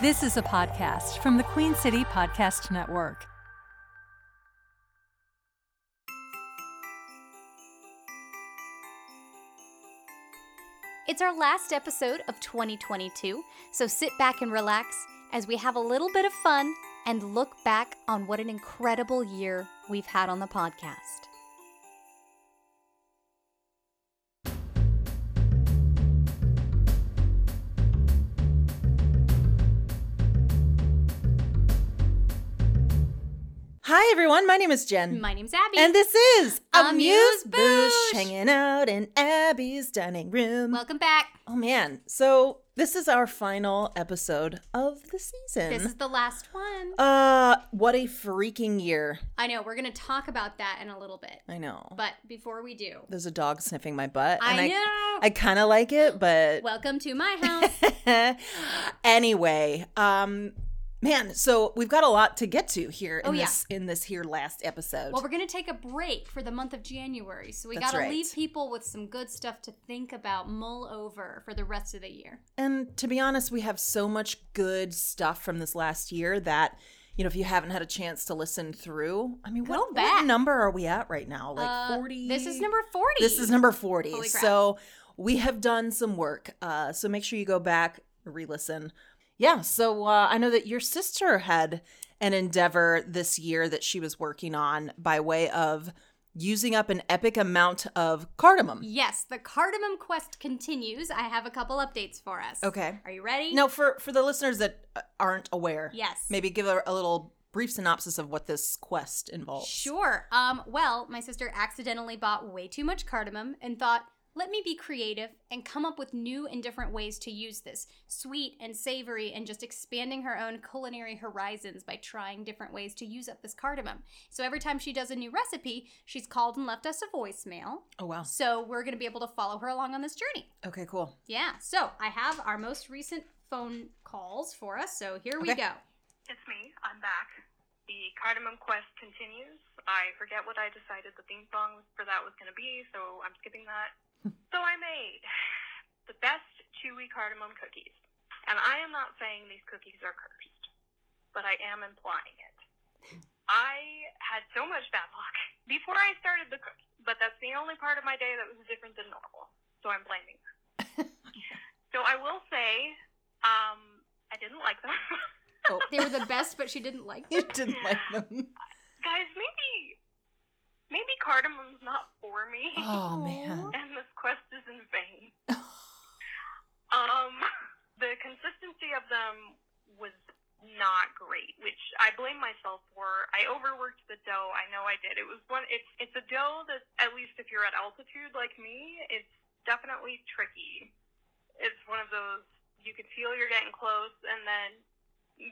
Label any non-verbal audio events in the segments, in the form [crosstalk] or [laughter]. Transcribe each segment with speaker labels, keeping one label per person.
Speaker 1: This is a podcast from the Queen City Podcast Network.
Speaker 2: It's our last episode of 2022, so sit back and relax as we have a little bit of fun and look back on what an incredible year we've had on the podcast.
Speaker 3: Hi, everyone. My name is Jen.
Speaker 2: My name's Abby.
Speaker 3: and this is
Speaker 2: Amuse
Speaker 3: Amuse Boosh
Speaker 2: Boosh.
Speaker 3: hanging out in Abby's dining room.
Speaker 2: Welcome back.
Speaker 3: oh, man. So, this is our final episode of the season.
Speaker 2: This is the last one.
Speaker 3: uh, what a freaking year.
Speaker 2: I know, we're going to talk about that in a little bit.
Speaker 3: I know.
Speaker 2: But before we do,
Speaker 3: There's a dog sniffing my butt.
Speaker 2: I
Speaker 3: and
Speaker 2: know.
Speaker 3: I kind of like it, but
Speaker 2: welcome to
Speaker 3: [laughs]
Speaker 2: my house.
Speaker 3: anyway, um, man, so we've got a lot to get to here in
Speaker 2: Oh, yeah.
Speaker 3: this in this here last episode.
Speaker 2: well, we're going to take a break for the month of January, so we got
Speaker 3: That's
Speaker 2: to
Speaker 3: right.
Speaker 2: leave people with some good stuff to think about, mull over for the rest of the year.
Speaker 3: And to be honest, we have so much good stuff from this last year that, you know, if you haven't had a chance to listen through, I mean,
Speaker 2: Go
Speaker 3: what, what
Speaker 2: back.
Speaker 3: number are we at right now? Like
Speaker 2: Uh,
Speaker 3: 40?
Speaker 2: This is number 40.
Speaker 3: This is number 40.
Speaker 2: Holy crap.
Speaker 3: So we have done some work. Uh, so make sure you go back, re listen. Yeah. So uh, I know that your sister had an endeavor this year that she was working on by way of using up an epic amount of cardamom.
Speaker 2: Yes, the cardamom quest continues. I have a couple updates for us.
Speaker 3: Okay.
Speaker 2: Are you ready?
Speaker 3: Now, for, for the listeners that uh, aren't aware,
Speaker 2: Yes.
Speaker 3: maybe give a, a little brief synopsis of what this quest involves.
Speaker 2: Sure. Um, well, my sister accidentally bought way too much cardamom and thought, let me be creative and come up with new and different ways to use this sweet and savory and just expanding her own culinary horizons by trying different ways to use up this cardamom. So every time she does a new recipe, she's called and left us a voicemail.
Speaker 3: Oh wow.
Speaker 2: So we're going to be able to follow her along on this journey.
Speaker 3: Okay, cool. [laughs]
Speaker 2: Yeah. So I have our most recent phone calls for us. So here we
Speaker 3: Okay.
Speaker 2: go.
Speaker 4: It's me. I'm back. The cardamom quest continues. I forget what I decided the theme song for that was going to be, so I'm skipping that. so I made the best chewy cardamom cookies. And I am not saying these cookies are cursed, but I am implying it. I had so much bad luck before I started the cookie, but that's the only part of my day that was different than normal. So I'm blaming her. so I will say, um, I didn't like them. [laughs]
Speaker 3: Oh,
Speaker 2: They were the best, but she didn't like [laughs] them.
Speaker 3: you didn't like
Speaker 4: [laughs]
Speaker 3: them.
Speaker 4: guys, maybe maybe cardamom's not for me,
Speaker 3: Oh man.
Speaker 4: and this quest is in vain. um, the consistency of them was not great, which I blame myself for. I overworked the dough. I know I did. It was one. It's it's a dough that at least if you're at altitude like me, it's definitely tricky. It's one of those you can feel you're getting close, and then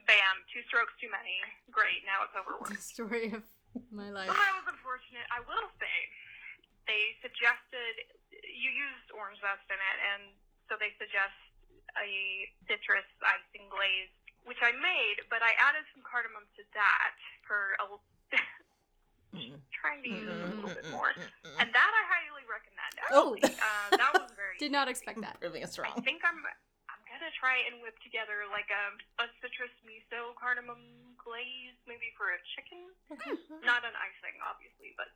Speaker 4: bam, two strokes too many. Great, now it's overworked.
Speaker 2: the story of my life.
Speaker 4: Well, that was unfortunate. I will say they suggested you used orange zest in it, and so they suggest a citrus icing glaze, which I made, but I added some cardamom to that for a, l- [laughs] trying to use it a little bit
Speaker 3: Mm-hmm.
Speaker 4: more, and that I highly recommend.
Speaker 3: Oh.
Speaker 4: Actually, uh, that was very.
Speaker 2: [laughs] Did not expect that.
Speaker 3: Proving us
Speaker 4: I [laughs]
Speaker 3: wrong.
Speaker 4: think I'm. I'm gonna try and whip together like a, a citrus miso cardamom glaze, maybe for a chicken not an icing, obviously, but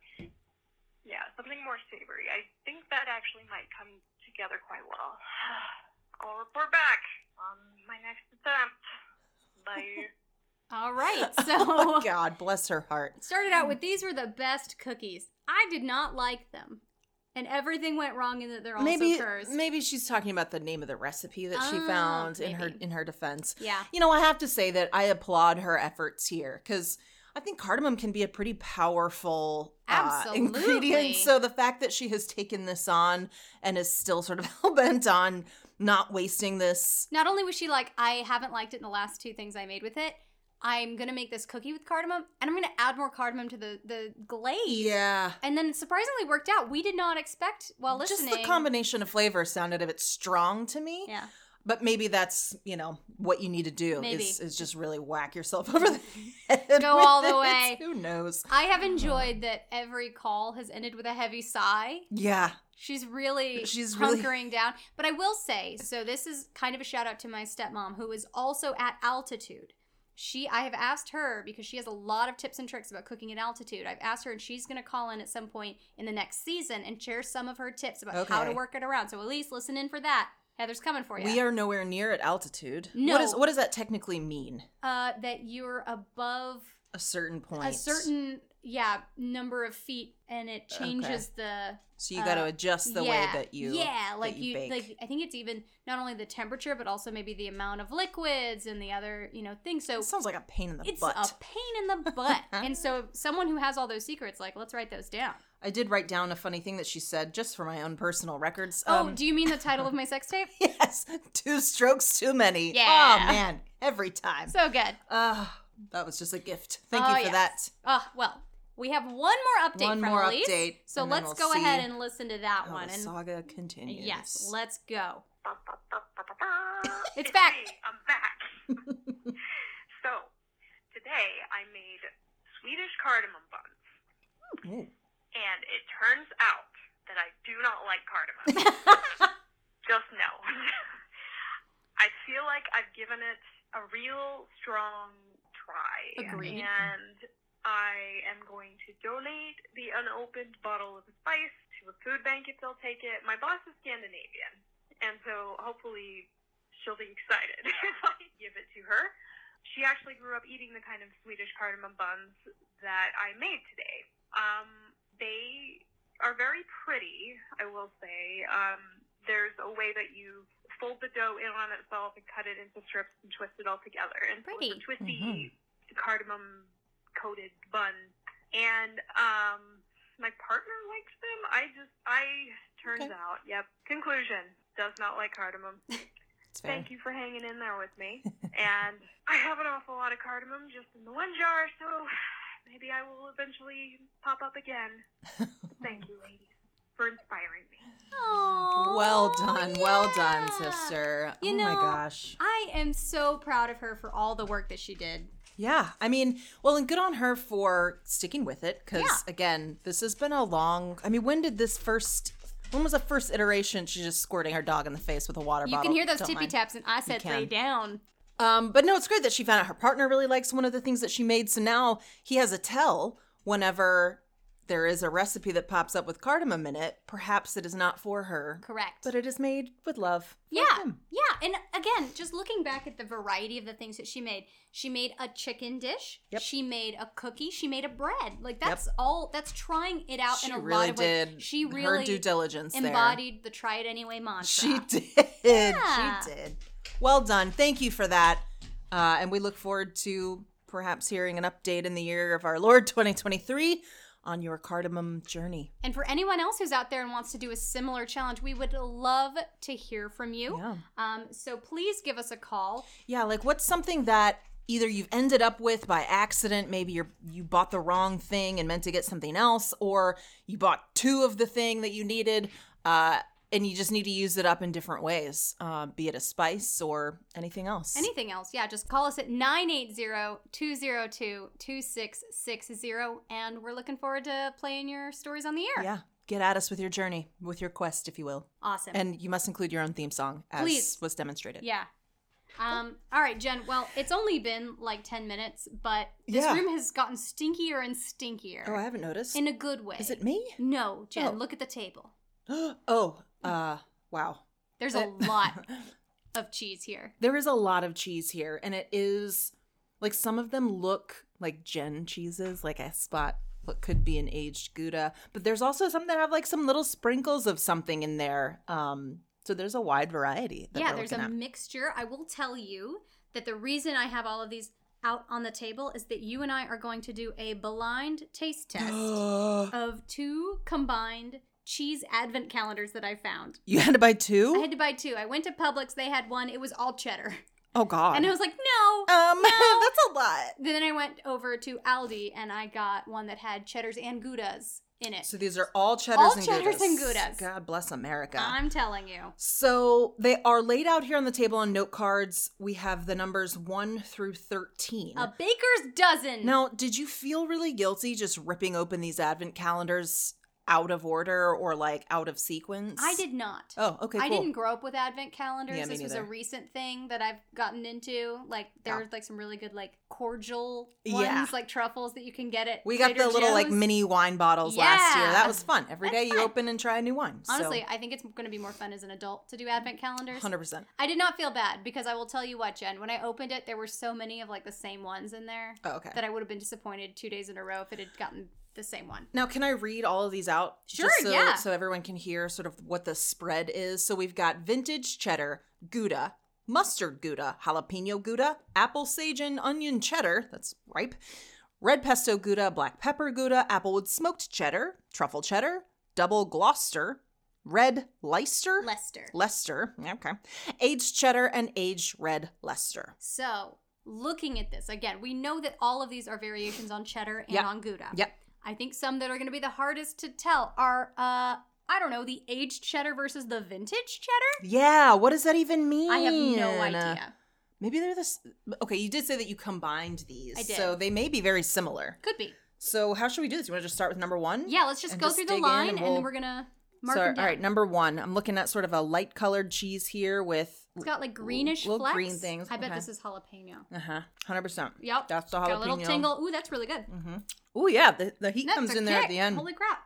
Speaker 4: yeah, something more savory. I think that actually might come together quite well. [sighs] I'll report back on my next attempt. Bye.
Speaker 2: All
Speaker 3: [laughs]
Speaker 2: right.
Speaker 3: Oh
Speaker 2: So
Speaker 3: God bless her heart.
Speaker 2: started out with these were the best cookies. I did not like them, and everything went wrong in that they're also
Speaker 3: Maybe
Speaker 2: cursed.
Speaker 3: maybe she's talking about the name of the recipe that she
Speaker 2: Ah,
Speaker 3: found in her
Speaker 2: maybe.
Speaker 3: in her defense.
Speaker 2: Yeah.
Speaker 3: You know, I have to say that I applaud her efforts here because I think cardamom can be a pretty powerful uh,
Speaker 2: Absolutely.
Speaker 3: ingredient. So the fact that she has taken this on and is still sort of [laughs] hell bent on not wasting this.
Speaker 2: Not only was she like, I haven't liked it in the last two things I made with it. I'm gonna make this cookie with cardamom, and I'm gonna add more cardamom to the the glaze.
Speaker 3: Yeah.
Speaker 2: And then it surprisingly worked out. We did not expect while
Speaker 3: Just
Speaker 2: listening.
Speaker 3: the combination of flavors sounded a bit strong to me.
Speaker 2: Yeah.
Speaker 3: But maybe that's you know what you need to do
Speaker 2: Maybe.
Speaker 3: is is just really whack yourself [laughs] over the head.
Speaker 2: Go
Speaker 3: with
Speaker 2: all the
Speaker 3: it.
Speaker 2: way.
Speaker 3: Who knows?
Speaker 2: I have enjoyed that every call has ended with a heavy sigh.
Speaker 3: Yeah.
Speaker 2: She's really
Speaker 3: She's
Speaker 2: she's
Speaker 3: really-
Speaker 2: hunkering down. But I will say, so this is kind of a shout out to my stepmom who is also at altitude. She I have asked her because she has a lot of tips and tricks about cooking at altitude. I've asked her and she's going to call in at some point in the next season and share some of her tips about how to
Speaker 3: Okay.
Speaker 2: work it around. So Elise, listen in for that. Heather's coming for you.
Speaker 3: We are nowhere near at altitude.
Speaker 2: Oh, No.
Speaker 3: What, is, what does that technically mean?
Speaker 2: uh that you're above
Speaker 3: A certain point.
Speaker 2: a certain yeah, number of feet and it
Speaker 3: Okay.
Speaker 2: changes the
Speaker 3: So you got to
Speaker 2: uh,
Speaker 3: adjust the way that you.
Speaker 2: yeah
Speaker 3: that
Speaker 2: like
Speaker 3: you bake.
Speaker 2: like i think it's even not only the temperature but also maybe the amount of liquids and the other you know things so
Speaker 3: It sounds like a pain in the
Speaker 2: it's
Speaker 3: butt.
Speaker 2: a pain in the
Speaker 3: [laughs]
Speaker 2: butt and so someone who has all those secrets like let's write those down
Speaker 3: I did write down a funny thing that she said just for my own personal records. Um,
Speaker 2: oh do you mean the title of my sex
Speaker 3: [laughs]
Speaker 2: tape
Speaker 3: yes, two strokes too many.
Speaker 2: Yeah.
Speaker 3: Oh man, every time.
Speaker 2: so good
Speaker 3: Ah, that was just a gift. Thank
Speaker 2: Oh,
Speaker 3: you
Speaker 2: yes.
Speaker 3: for that.
Speaker 2: oh well we have one more update
Speaker 3: One
Speaker 2: from
Speaker 3: more
Speaker 2: Elise.
Speaker 3: update,
Speaker 2: so
Speaker 3: and then
Speaker 2: let's
Speaker 3: we'll
Speaker 2: go ahead
Speaker 3: see
Speaker 2: and listen to that
Speaker 3: How
Speaker 2: one
Speaker 3: Oh, the
Speaker 2: and
Speaker 3: saga continues.
Speaker 2: yes let's go
Speaker 4: it's
Speaker 2: back.
Speaker 4: Me. I'm back. [laughs] so, today I made Swedish cardamom buns,
Speaker 3: Ooh.
Speaker 4: and it turns out that I do not like cardamom. Just no. [laughs] I feel like I've given it a real strong try.
Speaker 2: Agreed.
Speaker 4: And I am going to donate the unopened bottle of spice to a food bank if they'll take it. My boss is Scandinavian, and so hopefully she'll be excited [laughs] if I give it to her. She actually grew up eating the kind of Swedish cardamom buns that I made today. Um, they are very pretty, I will say. Um, there's a way that you fold the dough in on itself and cut it into strips and twist it all together. And so it's a
Speaker 2: Pretty.
Speaker 4: twisty
Speaker 3: Mm-hmm.
Speaker 4: cardamom coated bun. And um, my partner likes them. I just, I, turns
Speaker 3: Okay.
Speaker 4: out, yep. Conclusion does not like cardamom.
Speaker 3: It's fair.
Speaker 4: Thank you for hanging in there with me. [laughs] and I have an awful lot of cardamom just in the one jar, so maybe I will eventually pop up
Speaker 3: [laughs]
Speaker 4: again. Thank you, ladies, for inspiring me.
Speaker 3: Well
Speaker 2: Aw,
Speaker 3: done, well done,
Speaker 2: yeah.
Speaker 3: sister.
Speaker 2: You
Speaker 3: oh my
Speaker 2: know,
Speaker 3: gosh.
Speaker 2: I am so proud of her for all the work that she did.
Speaker 3: Yeah, I mean, well, and good on her for sticking with it because
Speaker 2: Yeah.
Speaker 3: again, this has been a long. I mean, when did this first? When was the first iteration? She's just squirting her dog in the face with a water
Speaker 2: You
Speaker 3: bottle.
Speaker 2: can hear those
Speaker 3: Don't
Speaker 2: tippy
Speaker 3: mind.
Speaker 2: taps, and I said,
Speaker 3: can.
Speaker 2: lay down.
Speaker 3: Um, but no, it's great that she found out her partner really likes one of the things that she made. So now he has a tell whenever there is a recipe that pops up with cardamom in it. Perhaps it is not for her,
Speaker 2: Correct.
Speaker 3: but it is made with love. for
Speaker 2: yeah,
Speaker 3: him.
Speaker 2: yeah. And again, just looking back at the variety of the things that she made, she made a chicken dish.
Speaker 3: Yep.
Speaker 2: She made a cookie. She made a bread. Like that's all. That's trying it out
Speaker 3: she
Speaker 2: in a
Speaker 3: really
Speaker 2: lot of ways.
Speaker 3: did.
Speaker 2: She
Speaker 3: her
Speaker 2: really
Speaker 3: due diligence there.
Speaker 2: embodied the try it anyway mantra.
Speaker 3: She did.
Speaker 2: Yeah.
Speaker 3: She did. Well done. Thank you for that. Uh, and we look forward to perhaps hearing an update in the year of our Lord 2023 on your cardamom journey.
Speaker 2: And for anyone else who's out there and wants to do a similar challenge, we would love to hear from you.
Speaker 3: Yeah.
Speaker 2: Um, so please give us a call.
Speaker 3: Yeah, like what's something that either you've ended up with by accident, maybe you are you bought the wrong thing and meant to get something else or you bought two of the thing that you needed uh and you just need to use it up in different ways, uh, be it a spice or anything else.
Speaker 2: Anything else? Yeah, just call us at 980-202-2660 and we're looking forward to playing your stories on the air.
Speaker 3: yeah, get at us with your journey, with your quest, if you will.
Speaker 2: Awesome.
Speaker 3: And you must include your own theme song, as
Speaker 2: Please.
Speaker 3: was demonstrated.
Speaker 2: yeah. Um, all right, Jen. Well, it's only been like 10 minutes, but this
Speaker 3: Yeah.
Speaker 2: room has gotten stinkier and stinkier.
Speaker 3: Oh, I haven't noticed.
Speaker 2: in a good way.
Speaker 3: Is it me? [gasps]
Speaker 2: No, Jen,
Speaker 3: Oh.
Speaker 2: look at the table.
Speaker 3: oh, uh, wow.
Speaker 2: There's a
Speaker 3: Uh, [laughs]
Speaker 2: lot of cheese here.
Speaker 3: There is a lot of cheese here, and it is like some of them look like Gen cheeses, like I spot what could be an aged Gouda, but there's also some that have like some little sprinkles of something in there. Um, so there's a wide variety. That
Speaker 2: yeah,
Speaker 3: we're
Speaker 2: there's a
Speaker 3: looking at.
Speaker 2: mixture. I will tell you that the reason I have all of these out on the table is that you and I are going to do a blind
Speaker 3: [gasps]
Speaker 2: taste test of two combined cheese advent calendars that I found.
Speaker 3: you had to buy
Speaker 2: I
Speaker 3: two?
Speaker 2: had to buy two. I went to Publix, they had one. It was all cheddar. [laughs]
Speaker 3: oh God.
Speaker 2: And I was like, no.
Speaker 3: um, [laughs]
Speaker 2: no.
Speaker 3: that's a lot.
Speaker 2: then I went over to Aldi and I got one that had cheddars and goudas in it.
Speaker 3: So these are all cheddars,
Speaker 2: All
Speaker 3: and,
Speaker 2: cheddars
Speaker 3: Goudas.
Speaker 2: and Goudas.
Speaker 3: God bless America.
Speaker 2: I'm telling you.
Speaker 3: so they are laid out here on the table on note cards. We have the numbers 1 through 13.
Speaker 2: A baker's dozen.
Speaker 3: Now, did you feel really guilty just ripping open these advent calendars out of order or like out of sequence?
Speaker 2: I did not.
Speaker 3: Oh, okay.
Speaker 2: I
Speaker 3: cool.
Speaker 2: didn't grow up with advent calendars.
Speaker 3: Yeah, me
Speaker 2: this was a
Speaker 3: neither.
Speaker 2: recent thing that I've gotten into. Like
Speaker 3: Yeah.
Speaker 2: there's like some really good like cordial ones,
Speaker 3: Yeah.
Speaker 2: like truffles that you can get at.
Speaker 3: We got
Speaker 2: Trader
Speaker 3: the little like
Speaker 2: Joe's.
Speaker 3: mini wine bottles last year.
Speaker 2: Yeah.
Speaker 3: That was fun. Every
Speaker 2: That's
Speaker 3: day you
Speaker 2: fun.
Speaker 3: open and try a new wine.
Speaker 2: Honestly, I think it's going to be more fun as an adult to do advent calendars.
Speaker 3: hundred percent.
Speaker 2: I did not feel bad because I will tell you what, Jen. When I opened it, there were so many of like the same ones in there
Speaker 3: Oh, okay.
Speaker 2: that I would have been disappointed two days in a row if it had gotten the same one.
Speaker 3: Now, can I read all of these out?
Speaker 2: Sure,
Speaker 3: Just so,
Speaker 2: yeah.
Speaker 3: So everyone can hear sort of what the spread is. So we've got vintage cheddar, Gouda, mustard Gouda, jalapeno Gouda, apple sage and onion cheddar, that's ripe, red pesto Gouda, black pepper Gouda, applewood smoked cheddar, truffle cheddar, double Gloucester, red Leicester,
Speaker 2: Lester.
Speaker 3: Leicester, okay, aged cheddar, and aged red Leicester.
Speaker 2: So, looking at this again, we know that all of these are variations on cheddar and
Speaker 3: Yep.
Speaker 2: on Gouda.
Speaker 3: Yep.
Speaker 2: I think some that are going to be the hardest to tell are, uh, I don't know, the aged cheddar versus the vintage cheddar.
Speaker 3: Yeah, what does that even mean?
Speaker 2: I have no idea.
Speaker 3: Maybe they're this. Okay, you did say that you combined these,
Speaker 2: I did.
Speaker 3: so they may be very similar.
Speaker 2: Could be.
Speaker 3: So how should we do this? You want to just start with number one?
Speaker 2: Yeah, let's just
Speaker 3: And
Speaker 2: go
Speaker 3: just
Speaker 2: through the
Speaker 3: dig in
Speaker 2: line
Speaker 3: and
Speaker 2: and,
Speaker 3: we'll-
Speaker 2: we're going to mark
Speaker 3: so,
Speaker 2: them down.
Speaker 3: All right, number one. I'm looking at sort of a light colored cheese here with.
Speaker 2: It's got like greenish
Speaker 3: Little
Speaker 2: flecks.
Speaker 3: green things,
Speaker 2: I bet
Speaker 3: okay.
Speaker 2: this is jalapeno.
Speaker 3: Uh huh. Hundred percent.
Speaker 2: Yep.
Speaker 3: That's the jalapeno.
Speaker 2: Got a little tingle. Ooh, that's really good.
Speaker 3: Mm-hmm. Oh yeah, the, the heat
Speaker 2: Nuts
Speaker 3: comes
Speaker 2: are
Speaker 3: in there at
Speaker 2: kick.
Speaker 3: the end.
Speaker 2: Holy crap.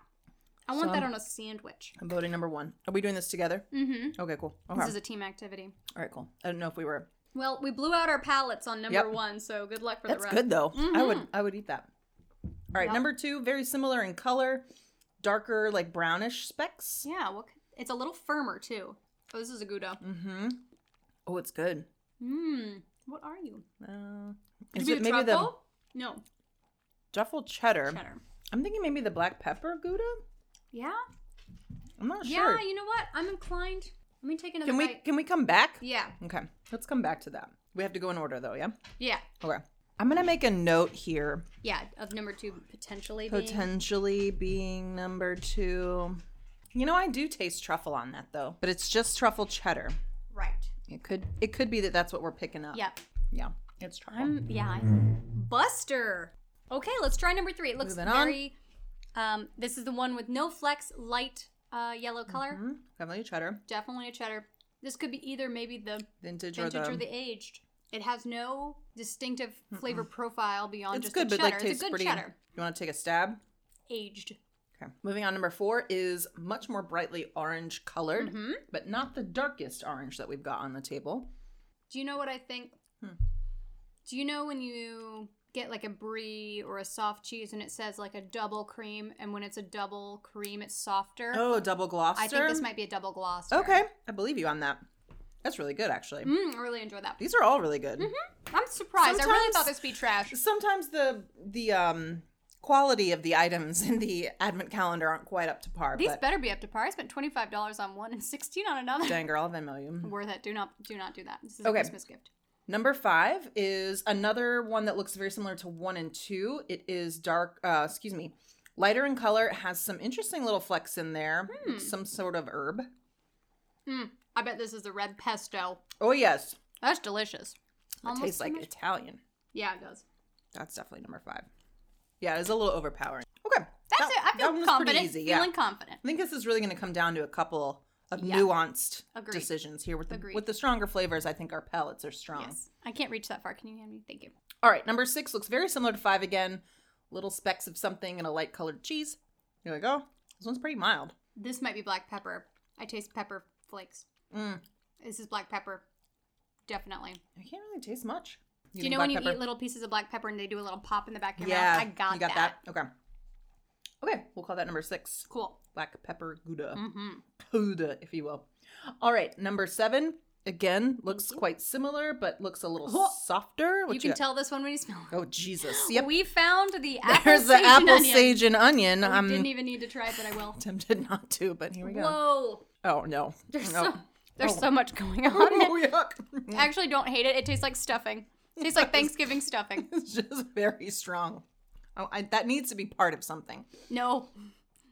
Speaker 2: I want
Speaker 3: So-
Speaker 2: that on a sandwich.
Speaker 3: I'm voting number one. Are we doing this together?
Speaker 2: Mm-hmm.
Speaker 3: Okay, cool. Okay.
Speaker 2: This is a team activity.
Speaker 3: all right, cool. I don't know if we were.
Speaker 2: Well, we blew out our palettes on number
Speaker 3: Yep.
Speaker 2: one, so good luck for
Speaker 3: That's
Speaker 2: the rest.
Speaker 3: good though. I would
Speaker 2: Mhm.
Speaker 3: I would eat that. All right,
Speaker 2: Yep.
Speaker 3: number two, very similar in color, darker like brownish specks.
Speaker 2: Yeah, well, it's a little firmer too. Oh, this is a Gouda.
Speaker 3: Mm-hmm. Oh, it's good.
Speaker 2: Mmm. What are you?
Speaker 3: Uh,
Speaker 2: Could
Speaker 3: is
Speaker 2: it
Speaker 3: it
Speaker 2: be
Speaker 3: maybe the Erm.
Speaker 2: truffle? No
Speaker 3: duffel cheddar?
Speaker 2: cheddar.
Speaker 3: I'm thinking maybe the black pepper gouda.
Speaker 2: Yeah.
Speaker 3: I'm not
Speaker 2: Yeah.
Speaker 3: sure.
Speaker 2: You know what? I'm inclined. Let me take another
Speaker 3: Can we
Speaker 2: bite.
Speaker 3: can we come back?
Speaker 2: Yeah.
Speaker 3: Okay, let's come back to that. We have to go in order though. Yeah.
Speaker 2: Yeah.
Speaker 3: Okay. I'm gonna make a note here,
Speaker 2: Yeah. Of number two, potentially. being-
Speaker 3: potentially being number two. You know, I do taste truffle on that though, but it's just truffle cheddar.
Speaker 2: Right.
Speaker 3: It could it could be that that's what we're picking up.
Speaker 2: Yep.
Speaker 3: Yeah. It's truffle.
Speaker 2: I'm. Yeah. I- Buster. Okay, let's try number three. It looks
Speaker 3: Moving on.
Speaker 2: very. Um, this is the one with no flex, light uh, yellow color.
Speaker 3: Mhm. Definitely cheddar,
Speaker 2: Definitely a cheddar. This could be either maybe the
Speaker 3: vintage,
Speaker 2: vintage
Speaker 3: or the.
Speaker 2: or the aged. It has no distinctive flavor profile beyond
Speaker 3: it's
Speaker 2: just
Speaker 3: good,
Speaker 2: the
Speaker 3: but
Speaker 2: cheddar. it's
Speaker 3: like tastes
Speaker 2: a good
Speaker 3: pretty.
Speaker 2: cheddar.
Speaker 3: You want to take a stab?
Speaker 2: Aged.
Speaker 3: Okay. Moving on, number four is much more brightly orange colored,
Speaker 2: Mm-hmm.
Speaker 3: but not the darkest orange that we've got on the table.
Speaker 2: Do you know what I think?
Speaker 3: Hmm.
Speaker 2: Do you know when you get like a brie or a soft cheese and it says like a double cream, and when it's a double cream, it's softer?
Speaker 3: Oh, double Gloucester.
Speaker 2: I think this might be a double Gloucester.
Speaker 3: Okay, I believe you on that. That's really good, actually.
Speaker 2: Mm, I really enjoy that.
Speaker 3: These are all really good.
Speaker 2: I'm surprised. I really
Speaker 3: Sometimes-
Speaker 2: thought this would be trash.
Speaker 3: Sometimes the the um quality of the items [laughs] in the advent calendar aren't quite up to par.
Speaker 2: These
Speaker 3: but
Speaker 2: better be up to par. I spent twenty five dollars on one and sixteen on another.
Speaker 3: dang girl, I'll
Speaker 2: [laughs]
Speaker 3: Venmo you.
Speaker 2: Worth it. Do not do not do that. This is
Speaker 3: Okay.
Speaker 2: a Christmas gift.
Speaker 3: Number five is another one that looks very similar to one and two. It is dark, uh, excuse me, lighter in color. It has some interesting little flecks in there,
Speaker 2: Hmm.
Speaker 3: some sort of herb.
Speaker 2: Mm, I bet this is the red pesto.
Speaker 3: Oh yes,
Speaker 2: That's delicious.
Speaker 3: it tastes
Speaker 2: too
Speaker 3: like
Speaker 2: much-
Speaker 3: Italian.
Speaker 2: Yeah, it does.
Speaker 3: That's definitely number five. Yeah, it's a little overpowering. Okay,
Speaker 2: That's
Speaker 3: that-
Speaker 2: it. I
Speaker 3: that
Speaker 2: feel
Speaker 3: one was pretty
Speaker 2: confident.
Speaker 3: easy, yeah.
Speaker 2: Feeling confident.
Speaker 3: I think this is really going to come down to a couple of
Speaker 2: Yeah.
Speaker 3: nuanced
Speaker 2: Agreed.
Speaker 3: decisions here with the
Speaker 2: Agreed.
Speaker 3: with the stronger flavors. I think our palates are strong.
Speaker 2: Yes. I can't reach that far. Can you hand me? Thank you.
Speaker 3: All right, number six looks very similar to five again. Little specks of something and a light colored cheese. Here we go. This one's pretty mild.
Speaker 2: This might be black pepper. I taste pepper flakes.
Speaker 3: Mm,
Speaker 2: This is black pepper. Definitely.
Speaker 3: I can't really taste much.
Speaker 2: do you
Speaker 3: think
Speaker 2: know
Speaker 3: black
Speaker 2: when you
Speaker 3: pepper?
Speaker 2: eat little pieces of black pepper and they do a little pop in the back of your
Speaker 3: Yeah,
Speaker 2: mouth? I got,
Speaker 3: you got
Speaker 2: that.
Speaker 3: that. Okay. Okay, we'll call that number six.
Speaker 2: Cool.
Speaker 3: Black pepper gouda,
Speaker 2: Mm-hmm.
Speaker 3: gouda, if you will. All right, number seven again looks quite similar, but looks a little
Speaker 2: Oh.
Speaker 3: softer. What
Speaker 2: Mm-hmm. You can
Speaker 3: got?
Speaker 2: tell this one when you smell it. [gasps]
Speaker 3: Oh Jesus! Yep.
Speaker 2: We found the apple
Speaker 3: There's the
Speaker 2: sage and
Speaker 3: apple
Speaker 2: onion.
Speaker 3: sage and onion.
Speaker 2: I
Speaker 3: I'm
Speaker 2: didn't even need to try it, but I
Speaker 3: [laughs]
Speaker 2: will.
Speaker 3: tempted not to, but here we go.
Speaker 2: Whoa.
Speaker 3: Oh no!
Speaker 2: There's,
Speaker 3: no.
Speaker 2: so, there's so much
Speaker 3: [laughs]
Speaker 2: going on.
Speaker 3: oh yuck!
Speaker 2: I actually don't hate it. It tastes like stuffing. tastes like Thanksgiving stuffing.
Speaker 3: it's just very strong. Oh, I, that needs to be part of something.
Speaker 2: No.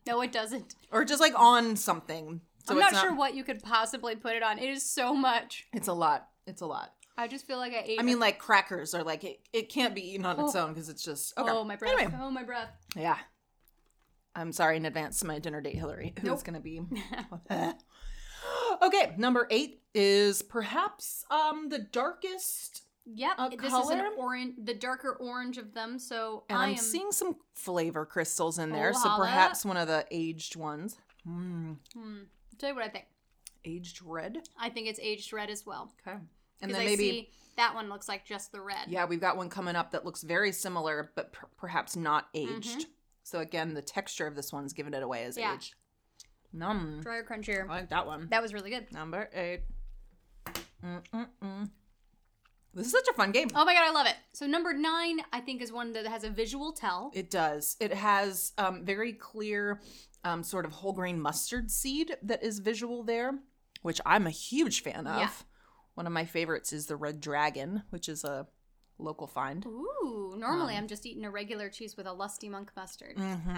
Speaker 2: No, it doesn't.
Speaker 3: or just like on something. So
Speaker 2: I'm
Speaker 3: it's
Speaker 2: not, sure what you could possibly put it on. It is so much.
Speaker 3: It's a lot. It's a lot.
Speaker 2: I just feel like I ate.
Speaker 3: I mean, like crackers are like it, it can't be eaten on its
Speaker 2: Oh.
Speaker 3: own because it's just okay.
Speaker 2: oh my breath.
Speaker 3: Anyway,
Speaker 2: Oh my breath.
Speaker 3: yeah. I'm sorry in advance to my dinner date, Hillary, who's
Speaker 2: Nope.
Speaker 3: going
Speaker 2: [laughs]
Speaker 3: to be. [laughs] okay, number eight is perhaps um the darkest,
Speaker 2: Yep.
Speaker 3: A
Speaker 2: this is an
Speaker 3: color?
Speaker 2: orange, the darker orange of them. So
Speaker 3: and
Speaker 2: I
Speaker 3: I'm
Speaker 2: am.
Speaker 3: seeing some flavor crystals in there,
Speaker 2: Oh,
Speaker 3: so
Speaker 2: holla.
Speaker 3: perhaps one of the aged ones. Mm,
Speaker 2: hmm, I'll tell you what I think.
Speaker 3: aged red.
Speaker 2: I think it's aged red as well.
Speaker 3: Okay, and
Speaker 2: Because
Speaker 3: then
Speaker 2: I
Speaker 3: maybe
Speaker 2: see that one looks like just the red.
Speaker 3: yeah, we've got one coming up that looks very similar, but per- perhaps not aged. So again, the texture of this one's giving it away as
Speaker 2: Mm-hmm. Yeah.
Speaker 3: aged. Num.
Speaker 2: Drier, crunchier.
Speaker 3: I like that one.
Speaker 2: That was really good.
Speaker 3: Number eight. Mm-mm-mm. This is such a fun game.
Speaker 2: Oh my god, I love it. So number nine, I think, is one that has a visual tell.
Speaker 3: It does. It has um, very clear, um, sort of whole grain mustard seed that is visual there, which I'm a huge fan of.
Speaker 2: Yeah.
Speaker 3: One of my favorites is the Red Dragon, which is a local find.
Speaker 2: Ooh, normally
Speaker 3: Hmm.
Speaker 2: I'm just eating a regular cheese with a lusty monk mustard.
Speaker 3: Mm-hmm.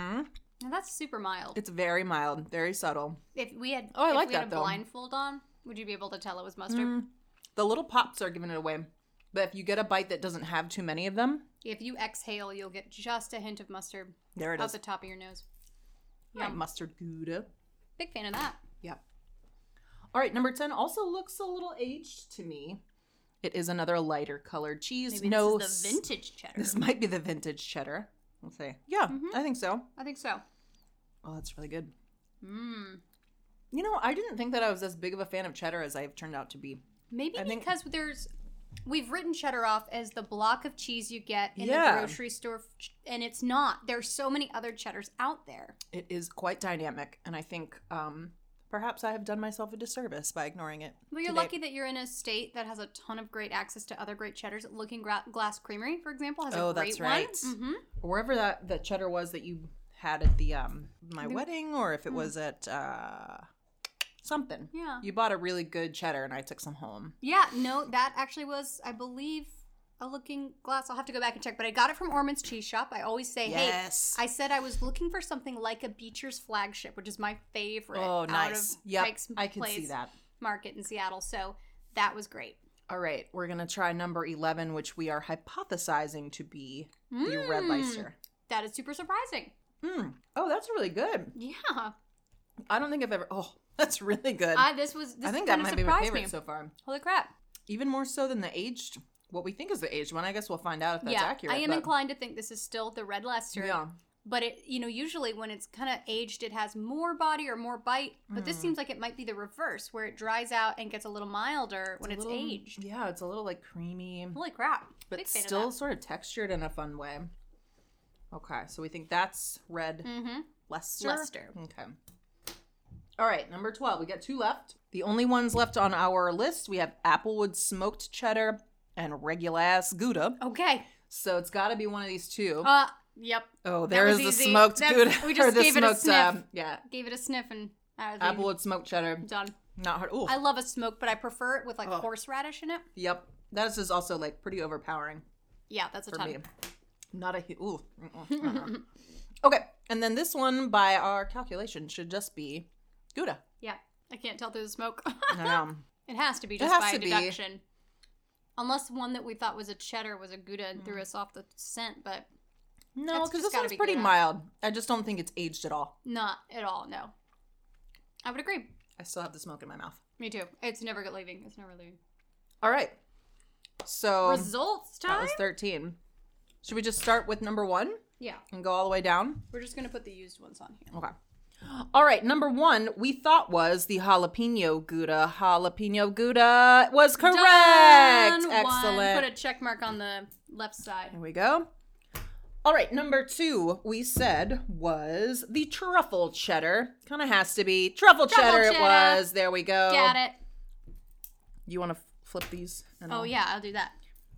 Speaker 2: Now that's super mild.
Speaker 3: It's very mild, very subtle.
Speaker 2: if we had,
Speaker 3: Oh, I
Speaker 2: if
Speaker 3: like
Speaker 2: we had
Speaker 3: that,
Speaker 2: a
Speaker 3: though. Mm.
Speaker 2: blindfold on, would you be able to tell it was mustard?
Speaker 3: The little pops are giving it away, but if you get a bite that doesn't have too many of them,
Speaker 2: If you exhale, you'll get just a hint of mustard
Speaker 3: there it
Speaker 2: out
Speaker 3: is.
Speaker 2: the top of your nose.
Speaker 3: All right,
Speaker 2: yum.
Speaker 3: mustard gouda.
Speaker 2: Big fan of that.
Speaker 3: Yep. All right, number 10 also looks a little aged to me. It is another lighter colored cheese.
Speaker 2: Maybe
Speaker 3: no
Speaker 2: this is the
Speaker 3: s-
Speaker 2: vintage cheddar.
Speaker 3: This might be the vintage cheddar. We'll say. Yeah,
Speaker 2: Mm-hmm.
Speaker 3: I think so.
Speaker 2: I think so.
Speaker 3: Oh, that's really good.
Speaker 2: Mm.
Speaker 3: You know, I didn't think that I was as big of a fan of cheddar as I've turned out to be.
Speaker 2: Maybe
Speaker 3: I think-
Speaker 2: because there's we've written cheddar off as the block of cheese you get in
Speaker 3: Yeah.
Speaker 2: the grocery store, f- and it's not. There's so many other cheddars out there.
Speaker 3: It is quite dynamic, and I think um, perhaps I have done myself a disservice by ignoring it.
Speaker 2: Well, you're
Speaker 3: today.
Speaker 2: lucky that you're in a state that has a ton of great access to other great cheddars. Looking Gra- Glass Creamery, for example, has
Speaker 3: Oh,
Speaker 2: a great
Speaker 3: that's right.
Speaker 2: one. hmm
Speaker 3: Wherever that the cheddar was that you had at the um my wedding, or if it was at uh something.
Speaker 2: Mm. Yeah.
Speaker 3: You bought a really good cheddar, and I took some home.
Speaker 2: Yeah, no, that actually was, I believe, a Looking Glass. I'll have to go back and check, but I got it from Ormond's Cheese Shop. I always say,
Speaker 3: Yes.
Speaker 2: hey, I said I was looking for something like a Beecher's flagship, which is my favorite.
Speaker 3: Oh,
Speaker 2: Out
Speaker 3: nice.
Speaker 2: of
Speaker 3: Yep,
Speaker 2: Pike's
Speaker 3: I can see
Speaker 2: Place
Speaker 3: that.
Speaker 2: Market in Seattle. So that was great.
Speaker 3: All right, we're gonna try number eleven, which we are hypothesizing to be the red
Speaker 2: Mm.
Speaker 3: Leicester.
Speaker 2: That is super surprising.
Speaker 3: Mm. Oh, that's really good.
Speaker 2: Yeah.
Speaker 3: I don't think I've ever. Oh, [laughs] that's really good.
Speaker 2: I, this was, this
Speaker 3: I think that
Speaker 2: kind of
Speaker 3: might be my
Speaker 2: surprised
Speaker 3: favorite
Speaker 2: me.
Speaker 3: so far.
Speaker 2: Holy crap.
Speaker 3: Even more so than the aged. What we think is the aged one. I guess we'll find out if that's
Speaker 2: yeah,
Speaker 3: accurate.
Speaker 2: I am
Speaker 3: but-
Speaker 2: inclined to think this is still the red Leicester.
Speaker 3: Yeah.
Speaker 2: But it, you know, usually when it's kind of aged, it has more body or more bite. But
Speaker 3: Mm.
Speaker 2: this seems like it might be the reverse, where it dries out and gets a little milder when it's,
Speaker 3: Little-
Speaker 2: aged.
Speaker 3: Yeah, it's a little like creamy,
Speaker 2: Holy crap!
Speaker 3: but
Speaker 2: Big fan
Speaker 3: still
Speaker 2: of
Speaker 3: sort of textured in a fun way. Okay, so we think that's red
Speaker 2: that. hmm
Speaker 3: Leicester.
Speaker 2: Leicester.
Speaker 3: Okay. All right, number 12. We got two left. The only ones left on our list, we have Applewood smoked cheddar and regular ass Gouda.
Speaker 2: Okay.
Speaker 3: So it's got to be one of these two.
Speaker 2: Uh, yep.
Speaker 3: oh, there is
Speaker 2: was
Speaker 3: the
Speaker 2: easy.
Speaker 3: smoked
Speaker 2: That's-
Speaker 3: Gouda. [laughs]
Speaker 2: we just
Speaker 3: or the
Speaker 2: gave it a
Speaker 3: smoked,
Speaker 2: sniff.
Speaker 3: um, yeah.
Speaker 2: Gave it a sniff and I was like,
Speaker 3: Applewood smoked cheddar.
Speaker 2: done.
Speaker 3: Not hard. Oh,
Speaker 2: I love a smoke, but I prefer it with like
Speaker 3: Oh.
Speaker 2: horseradish in it.
Speaker 3: yep. That is also like pretty overpowering.
Speaker 2: Yeah, that's a
Speaker 3: for
Speaker 2: ton.
Speaker 3: me. Not a hu- ooh. mm-mm,
Speaker 2: [laughs]
Speaker 3: uh-uh. okay, and then this one, by our calculation, should just be Gouda. Um,
Speaker 2: Yeah, I can't tell through the smoke. [laughs]
Speaker 3: I know.
Speaker 2: it has to be
Speaker 3: It
Speaker 2: just
Speaker 3: has
Speaker 2: by
Speaker 3: to be.
Speaker 2: deduction. Unless one that we thought was a cheddar was a gouda and
Speaker 3: Mm.
Speaker 2: threw us off the scent, but
Speaker 3: No,
Speaker 2: That's
Speaker 3: because
Speaker 2: just
Speaker 3: this
Speaker 2: gotta
Speaker 3: one's
Speaker 2: be
Speaker 3: pretty
Speaker 2: Gouda.
Speaker 3: mild. I just don't think it's aged at all.
Speaker 2: Not at all, no. I would agree.
Speaker 3: I still have the smoke in my mouth.
Speaker 2: Me too. It's never good leaving. It's never leaving.
Speaker 3: All right. So
Speaker 2: Results
Speaker 3: that
Speaker 2: time?
Speaker 3: was 13. Should we just start with number one
Speaker 2: yeah.
Speaker 3: and go all the way down?
Speaker 2: We're just going to put the used ones on here.
Speaker 3: Okay. All right, number one we thought was the jalapeno gouda. Jalapeno gouda was correct.
Speaker 2: Done.
Speaker 3: Excellent.
Speaker 2: One. Put a check mark on the left side.
Speaker 3: There we go. All right, number two we said was the truffle cheddar. Kind of has to be truffle, cheddar, It
Speaker 2: cheddar.
Speaker 3: was. There we go.
Speaker 2: Got it.
Speaker 3: You want to flip these? And
Speaker 2: Oh,
Speaker 3: I'll-
Speaker 2: yeah, I'll do that.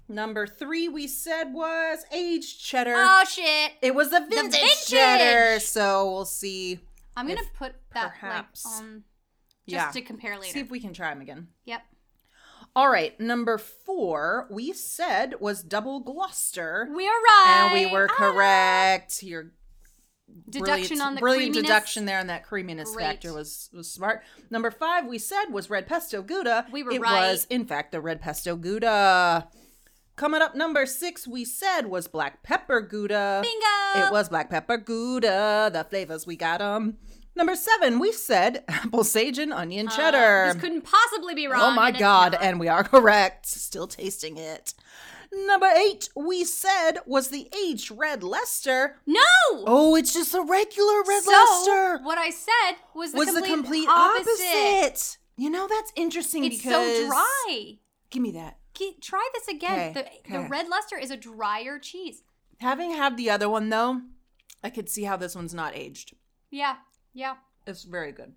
Speaker 3: Number three we said was aged cheddar.
Speaker 2: Oh, shit.
Speaker 3: it was the vintage,
Speaker 2: vintage.
Speaker 3: cheddar. So we'll see.
Speaker 2: I'm going to put that
Speaker 3: perhaps.
Speaker 2: like on just
Speaker 3: Yeah.
Speaker 2: to compare later.
Speaker 3: See if we can try them again.
Speaker 2: yep.
Speaker 3: All right, number four we said was double Gloucester.
Speaker 2: We are right.
Speaker 3: And we were
Speaker 2: Ah.
Speaker 3: correct. You're
Speaker 2: Deduction
Speaker 3: brilliant,
Speaker 2: on the
Speaker 3: brilliant
Speaker 2: creaminess.
Speaker 3: deduction there on that creaminess
Speaker 2: Great.
Speaker 3: factor was was smart. Number five we said was red pesto gouda.
Speaker 2: We were
Speaker 3: it
Speaker 2: right.
Speaker 3: was in fact the red pesto gouda. Coming up number six we said was black pepper gouda.
Speaker 2: Bingo!
Speaker 3: It was black pepper gouda. The flavors we got 'em. Number seven we said [laughs] apple sage and onion
Speaker 2: Uh,
Speaker 3: cheddar.
Speaker 2: this couldn't possibly be wrong.
Speaker 3: Oh my
Speaker 2: and it's
Speaker 3: god,
Speaker 2: not.
Speaker 3: and we are [laughs] correct. Still tasting it. Number eight, we said was the aged red Leicester.
Speaker 2: no.
Speaker 3: Oh, it's just a regular red
Speaker 2: so,
Speaker 3: Leicester.
Speaker 2: What I said was the
Speaker 3: was
Speaker 2: complete,
Speaker 3: the complete
Speaker 2: opposite.
Speaker 3: opposite. You know that's interesting
Speaker 2: It's
Speaker 3: because
Speaker 2: so dry.
Speaker 3: Give me that.
Speaker 2: Ke- try this again.
Speaker 3: Okay,
Speaker 2: the, the
Speaker 3: okay.
Speaker 2: red luster is a drier cheese.
Speaker 3: Having had the other one though, I could see how this one's not aged.
Speaker 2: Yeah, yeah.
Speaker 3: It's very good.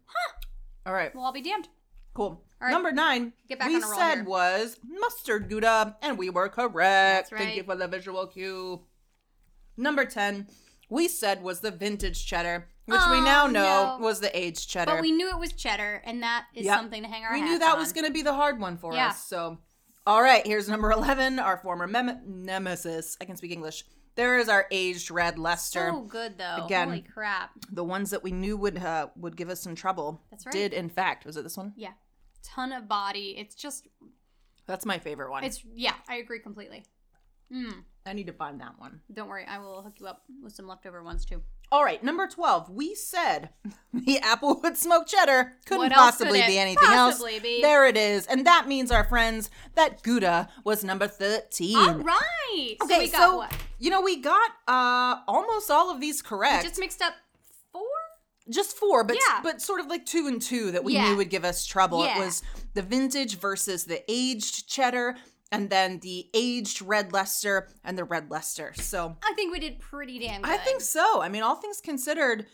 Speaker 3: All right,
Speaker 2: Well, I'll be damned.
Speaker 3: cool.
Speaker 2: right.
Speaker 3: Number nine,
Speaker 2: Get back
Speaker 3: we
Speaker 2: on a roll
Speaker 3: said
Speaker 2: here.
Speaker 3: was mustard gouda, and we were correct. Thank
Speaker 2: right.
Speaker 3: you for the visual cue. Number ten, we said was the vintage cheddar, which we
Speaker 2: Oh,
Speaker 3: now know
Speaker 2: no.
Speaker 3: was the aged cheddar.
Speaker 2: But we knew it was cheddar, and that is
Speaker 3: Yep.
Speaker 2: something to hang our
Speaker 3: We
Speaker 2: hats
Speaker 3: knew that
Speaker 2: on.
Speaker 3: was going to be the hard one for
Speaker 2: Yeah.
Speaker 3: us. So, all right, here's number 11, our former mem- nemesis. I can speak English. There is our aged red Leicester.
Speaker 2: so good though.
Speaker 3: Again.
Speaker 2: Holy crap!
Speaker 3: The ones that we knew would uh, would give us some trouble.
Speaker 2: That's right.
Speaker 3: Did in fact. Was it this one?
Speaker 2: Yeah, ton of body. It's just,
Speaker 3: That's my favorite one.
Speaker 2: it's yeah. I agree completely. Mm,
Speaker 3: I need to find that one.
Speaker 2: don't worry, I will hook you up with some leftover ones too.
Speaker 3: All right, number 12. We said [laughs] the Applewood smoked cheddar couldn't
Speaker 2: What else
Speaker 3: possibly
Speaker 2: could it
Speaker 3: be anything else.
Speaker 2: possibly be?
Speaker 3: There it is. And that means our friends that Gouda was number 13.
Speaker 2: All right. so we got what?
Speaker 3: you know we got uh almost all of these correct.
Speaker 2: Just mixed up four.
Speaker 3: just four, but
Speaker 2: Yeah.
Speaker 3: but sort of like two and two that we
Speaker 2: Yeah.
Speaker 3: knew would give us trouble.
Speaker 2: Yeah.
Speaker 3: It was the vintage versus the aged cheddar, and then the aged red Leicester and the red Leicester. So
Speaker 2: I think we did pretty damn good.
Speaker 3: I think so. I mean, all things considered,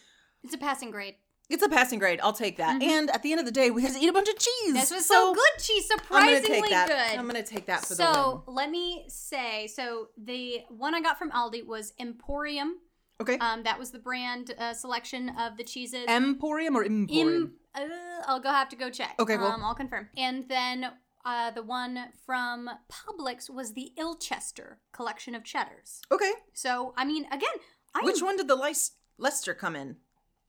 Speaker 2: it's a passing grade.
Speaker 3: it's a passing grade. I'll take that. And at the end of the day, we had to eat a bunch of cheese.
Speaker 2: Mm-hmm. This was so, good. She's
Speaker 3: I'm
Speaker 2: surprisingly
Speaker 3: gonna take that.
Speaker 2: good.
Speaker 3: I'm gonna take that for the win.
Speaker 2: so let me say, so the one I got from Aldi was Emporium.
Speaker 3: Okay.
Speaker 2: Um, that was the brand uh, selection of the cheeses.
Speaker 3: Emporium or Emporium?
Speaker 2: Im- uh, I'll go have to go check.
Speaker 3: Okay, cool.
Speaker 2: Um, I'll confirm. And then uh, the one from Publix was the Ilchester collection of cheddars.
Speaker 3: okay.
Speaker 2: So I mean, again, I
Speaker 3: Which one did the Leic- Leicester come in?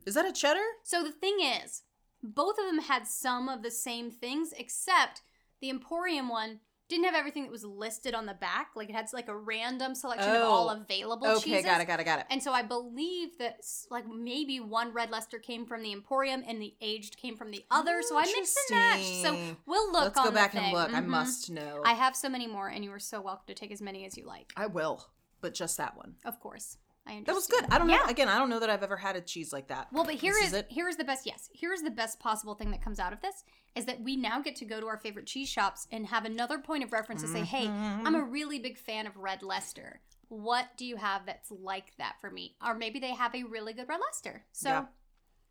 Speaker 3: Is that a cheddar?
Speaker 2: So the thing is, both of them had some of the same things, except the Emporium one didn't have everything that was listed on the back. Like it had like a random selection of all
Speaker 3: Oh.
Speaker 2: available
Speaker 3: okay,
Speaker 2: cheeses.
Speaker 3: got it, got it, got it.
Speaker 2: And so I believe that s- like maybe one red Leicester came from the Emporium and the aged came from the other. So I mixed and matched. So
Speaker 3: Interesting.
Speaker 2: we'll look.
Speaker 3: Let's go
Speaker 2: on the
Speaker 3: back and
Speaker 2: thing.
Speaker 3: look. I
Speaker 2: Mhm.
Speaker 3: must know.
Speaker 2: I have so many more, and you are so welcome to take as many as you like.
Speaker 3: I will, but just that one.
Speaker 2: Of course, I understand.
Speaker 3: That was good. I don't
Speaker 2: Yeah.
Speaker 3: know. Again, I don't know that I've ever had a cheese like that.
Speaker 2: Well, but here
Speaker 3: This
Speaker 2: is,
Speaker 3: is it.
Speaker 2: here is the best. Yes, here is the best possible thing that comes out of this is that we now get to go to our favorite cheese shops and have another point of reference to say, "Hey, I'm
Speaker 3: Mm-hmm.
Speaker 2: a really big fan of Red Leicester. What do you have that's like that for me?" Or maybe they have a really good Red Leicester. So
Speaker 3: Yeah.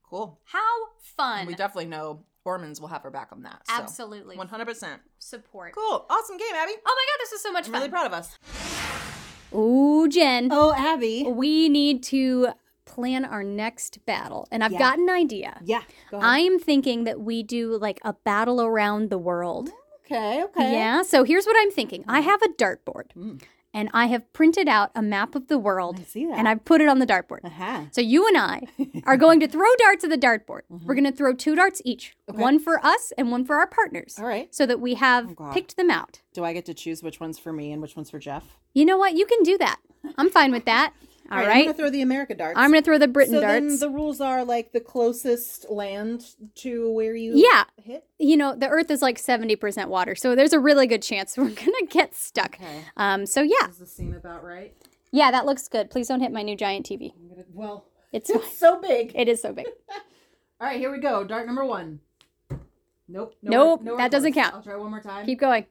Speaker 3: cool.
Speaker 2: how fun!
Speaker 3: And we definitely know Ormans will have her back on that. so.
Speaker 2: Absolutely
Speaker 3: 100%.
Speaker 2: support.
Speaker 3: Cool. Awesome game, Abby.
Speaker 2: Oh my god, this was so much
Speaker 3: I'm
Speaker 2: fun!
Speaker 3: really proud of us.
Speaker 2: oh, Jen.
Speaker 3: Oh, Abby.
Speaker 2: we need to plan our next battle. And I've got an idea.
Speaker 3: Yeah. Go
Speaker 2: I am thinking that we do like a battle around the world.
Speaker 3: Okay,
Speaker 2: Yeah, so here's what I'm thinking. I have a dartboard
Speaker 3: Mm.
Speaker 2: and I have printed out a map of the world
Speaker 3: see that.
Speaker 2: and I've put it on the
Speaker 3: [laughs]
Speaker 2: dartboard.
Speaker 3: Uh-huh.
Speaker 2: So you and I are going to throw darts at the dartboard.
Speaker 3: Mm-hmm.
Speaker 2: We're going to throw two darts each, one for us and one for our partners.
Speaker 3: right. Oh,
Speaker 2: So that we have
Speaker 3: God.
Speaker 2: picked them out.
Speaker 3: Do I get to choose which one's for me and which one's for Jeff?
Speaker 2: You know what? You can do that. I'm fine with
Speaker 3: [laughs]
Speaker 2: that. All right.
Speaker 3: I'm going to throw the America darts.
Speaker 2: throw the Britain
Speaker 3: so
Speaker 2: darts.
Speaker 3: then the rules are like the closest land to where you
Speaker 2: Yeah.
Speaker 3: hit.
Speaker 2: you know, the earth is like 70% water. So there's a really good chance [laughs] we're going to get stuck.
Speaker 3: Okay.
Speaker 2: Um, so yeah.
Speaker 3: Does this seem about right?
Speaker 2: Yeah, that looks good. Please don't hit my new giant TV.
Speaker 3: I'm gonna, well,
Speaker 2: It's
Speaker 3: it's so big.
Speaker 2: it is so
Speaker 3: [laughs]
Speaker 2: big.
Speaker 3: All right, here we go. Dart number one. Nope.
Speaker 2: Nope, that doesn't count.
Speaker 3: I'll try one more time.
Speaker 2: Keep going.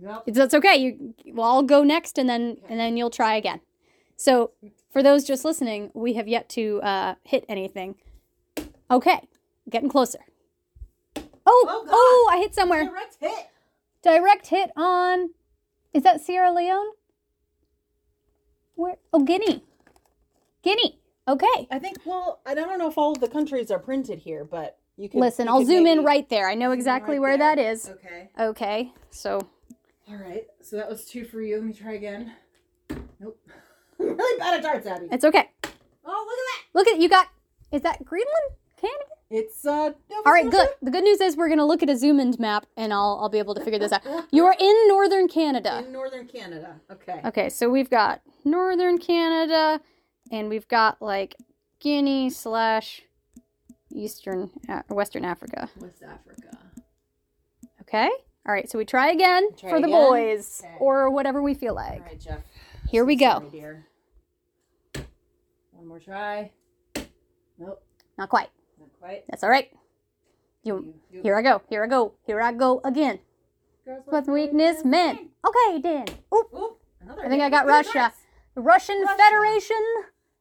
Speaker 3: Nope.
Speaker 2: It's, that's okay. You well, I'll go next and then and then you'll try again. So, for those just listening, we have yet to uh, hit anything. Okay. Getting closer. Oh,
Speaker 3: Oh,
Speaker 2: oh,
Speaker 3: God.
Speaker 2: I hit somewhere.
Speaker 3: Direct hit.
Speaker 2: Direct hit on Is that Sierra Leone? Where? Oh, Guinea. Guinea. Okay.
Speaker 3: I think. Well, I don't know if all of the countries are printed here, but you can
Speaker 2: Listen, I'll zoom in right there. I know exactly where that is.
Speaker 3: Okay.
Speaker 2: Okay. So,
Speaker 3: All right. So
Speaker 5: [laughs]
Speaker 3: that was two for you. Let me try again. Nope. I'm really bad at darts, Abby.
Speaker 2: it's okay.
Speaker 5: Oh,
Speaker 2: Look at you got. Is that Greenland? Canada?
Speaker 5: look at that. It's uh Nova
Speaker 2: All right, good.
Speaker 5: Scotia.
Speaker 2: The good news is we're gonna look at a zoom in map, and I'll I'll be able to figure [laughs] this out. You are in northern Canada.
Speaker 5: In northern Canada. Okay.
Speaker 2: Okay, so we've got northern Canada, and we've got like Guinea slash eastern uh, Western Africa.
Speaker 5: West Africa.
Speaker 2: Okay. All right, so we try again
Speaker 5: Try
Speaker 2: for the
Speaker 5: again.
Speaker 2: boys
Speaker 5: Okay.
Speaker 2: or whatever we feel like.
Speaker 5: All right, Jeff.
Speaker 2: Here we
Speaker 5: Sorry,
Speaker 2: go.
Speaker 5: dear. One more try. Nope,
Speaker 2: Not quite.
Speaker 5: not quite.
Speaker 2: That's all right. You.
Speaker 5: You-
Speaker 2: Here I go. Here I go. Here I go again.
Speaker 5: Girls want
Speaker 2: What
Speaker 5: to go
Speaker 2: weakness
Speaker 5: again.
Speaker 2: meant. Okay, then. Oop.
Speaker 5: Oop, another
Speaker 2: I think I
Speaker 5: hit.
Speaker 2: got
Speaker 5: Look at
Speaker 2: Russia. Russian
Speaker 5: Russia.
Speaker 2: Federation.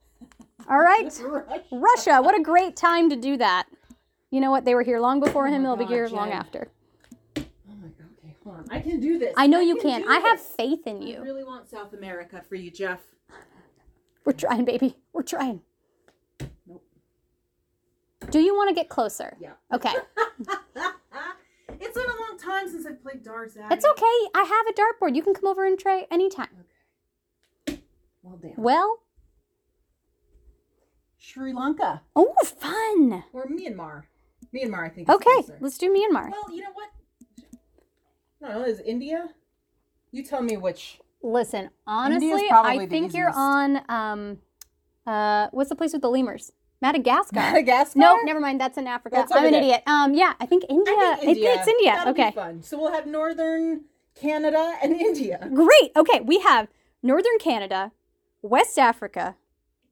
Speaker 5: [laughs]
Speaker 2: All right.
Speaker 5: that. Russia.
Speaker 2: Russia, what a great time to do that. You know what? They were here long before
Speaker 5: Oh
Speaker 2: him.
Speaker 5: my
Speaker 2: They'll be
Speaker 5: God,
Speaker 2: here long
Speaker 5: Jen.
Speaker 2: after.
Speaker 5: Oh my god, okay, hold on. I can do this.
Speaker 2: I know you can.
Speaker 5: do
Speaker 2: I have
Speaker 5: this.
Speaker 2: faith in
Speaker 5: I
Speaker 2: you.
Speaker 5: really want South America for you, Jeff. [laughs]
Speaker 2: We're trying, baby. We're trying.
Speaker 5: Nope.
Speaker 2: Do you want to get closer?
Speaker 5: Yeah.
Speaker 2: Okay.
Speaker 5: [laughs] it's been a long time since I've played Darts Abbey.
Speaker 2: It's okay. I have a dartboard. You can come over and try anytime.
Speaker 5: Well, damn.
Speaker 2: Well,
Speaker 5: Sri Lanka
Speaker 2: oh, fun.
Speaker 5: or Myanmar. Myanmar, I think. is
Speaker 2: Okay,
Speaker 5: closer.
Speaker 2: let's do Myanmar.
Speaker 5: Well, you know what? I don't know. Is India? You tell me which.
Speaker 2: Listen, honestly,
Speaker 5: probably
Speaker 2: I
Speaker 5: the
Speaker 2: think you're
Speaker 5: easiest.
Speaker 2: on um uh what's the place with the lemurs? Madagascar.
Speaker 5: [laughs] Madagascar.
Speaker 2: No, never mind. That's in Africa.
Speaker 5: That's
Speaker 2: I'm
Speaker 5: over
Speaker 2: an
Speaker 5: there.
Speaker 2: idiot. Um, yeah, I think India.
Speaker 5: I think India.
Speaker 2: it's India.
Speaker 5: That'll
Speaker 2: okay,
Speaker 5: Be fun. So we'll have northern Canada and [laughs] India.
Speaker 2: great. Okay, we have Northern Canada, West Africa.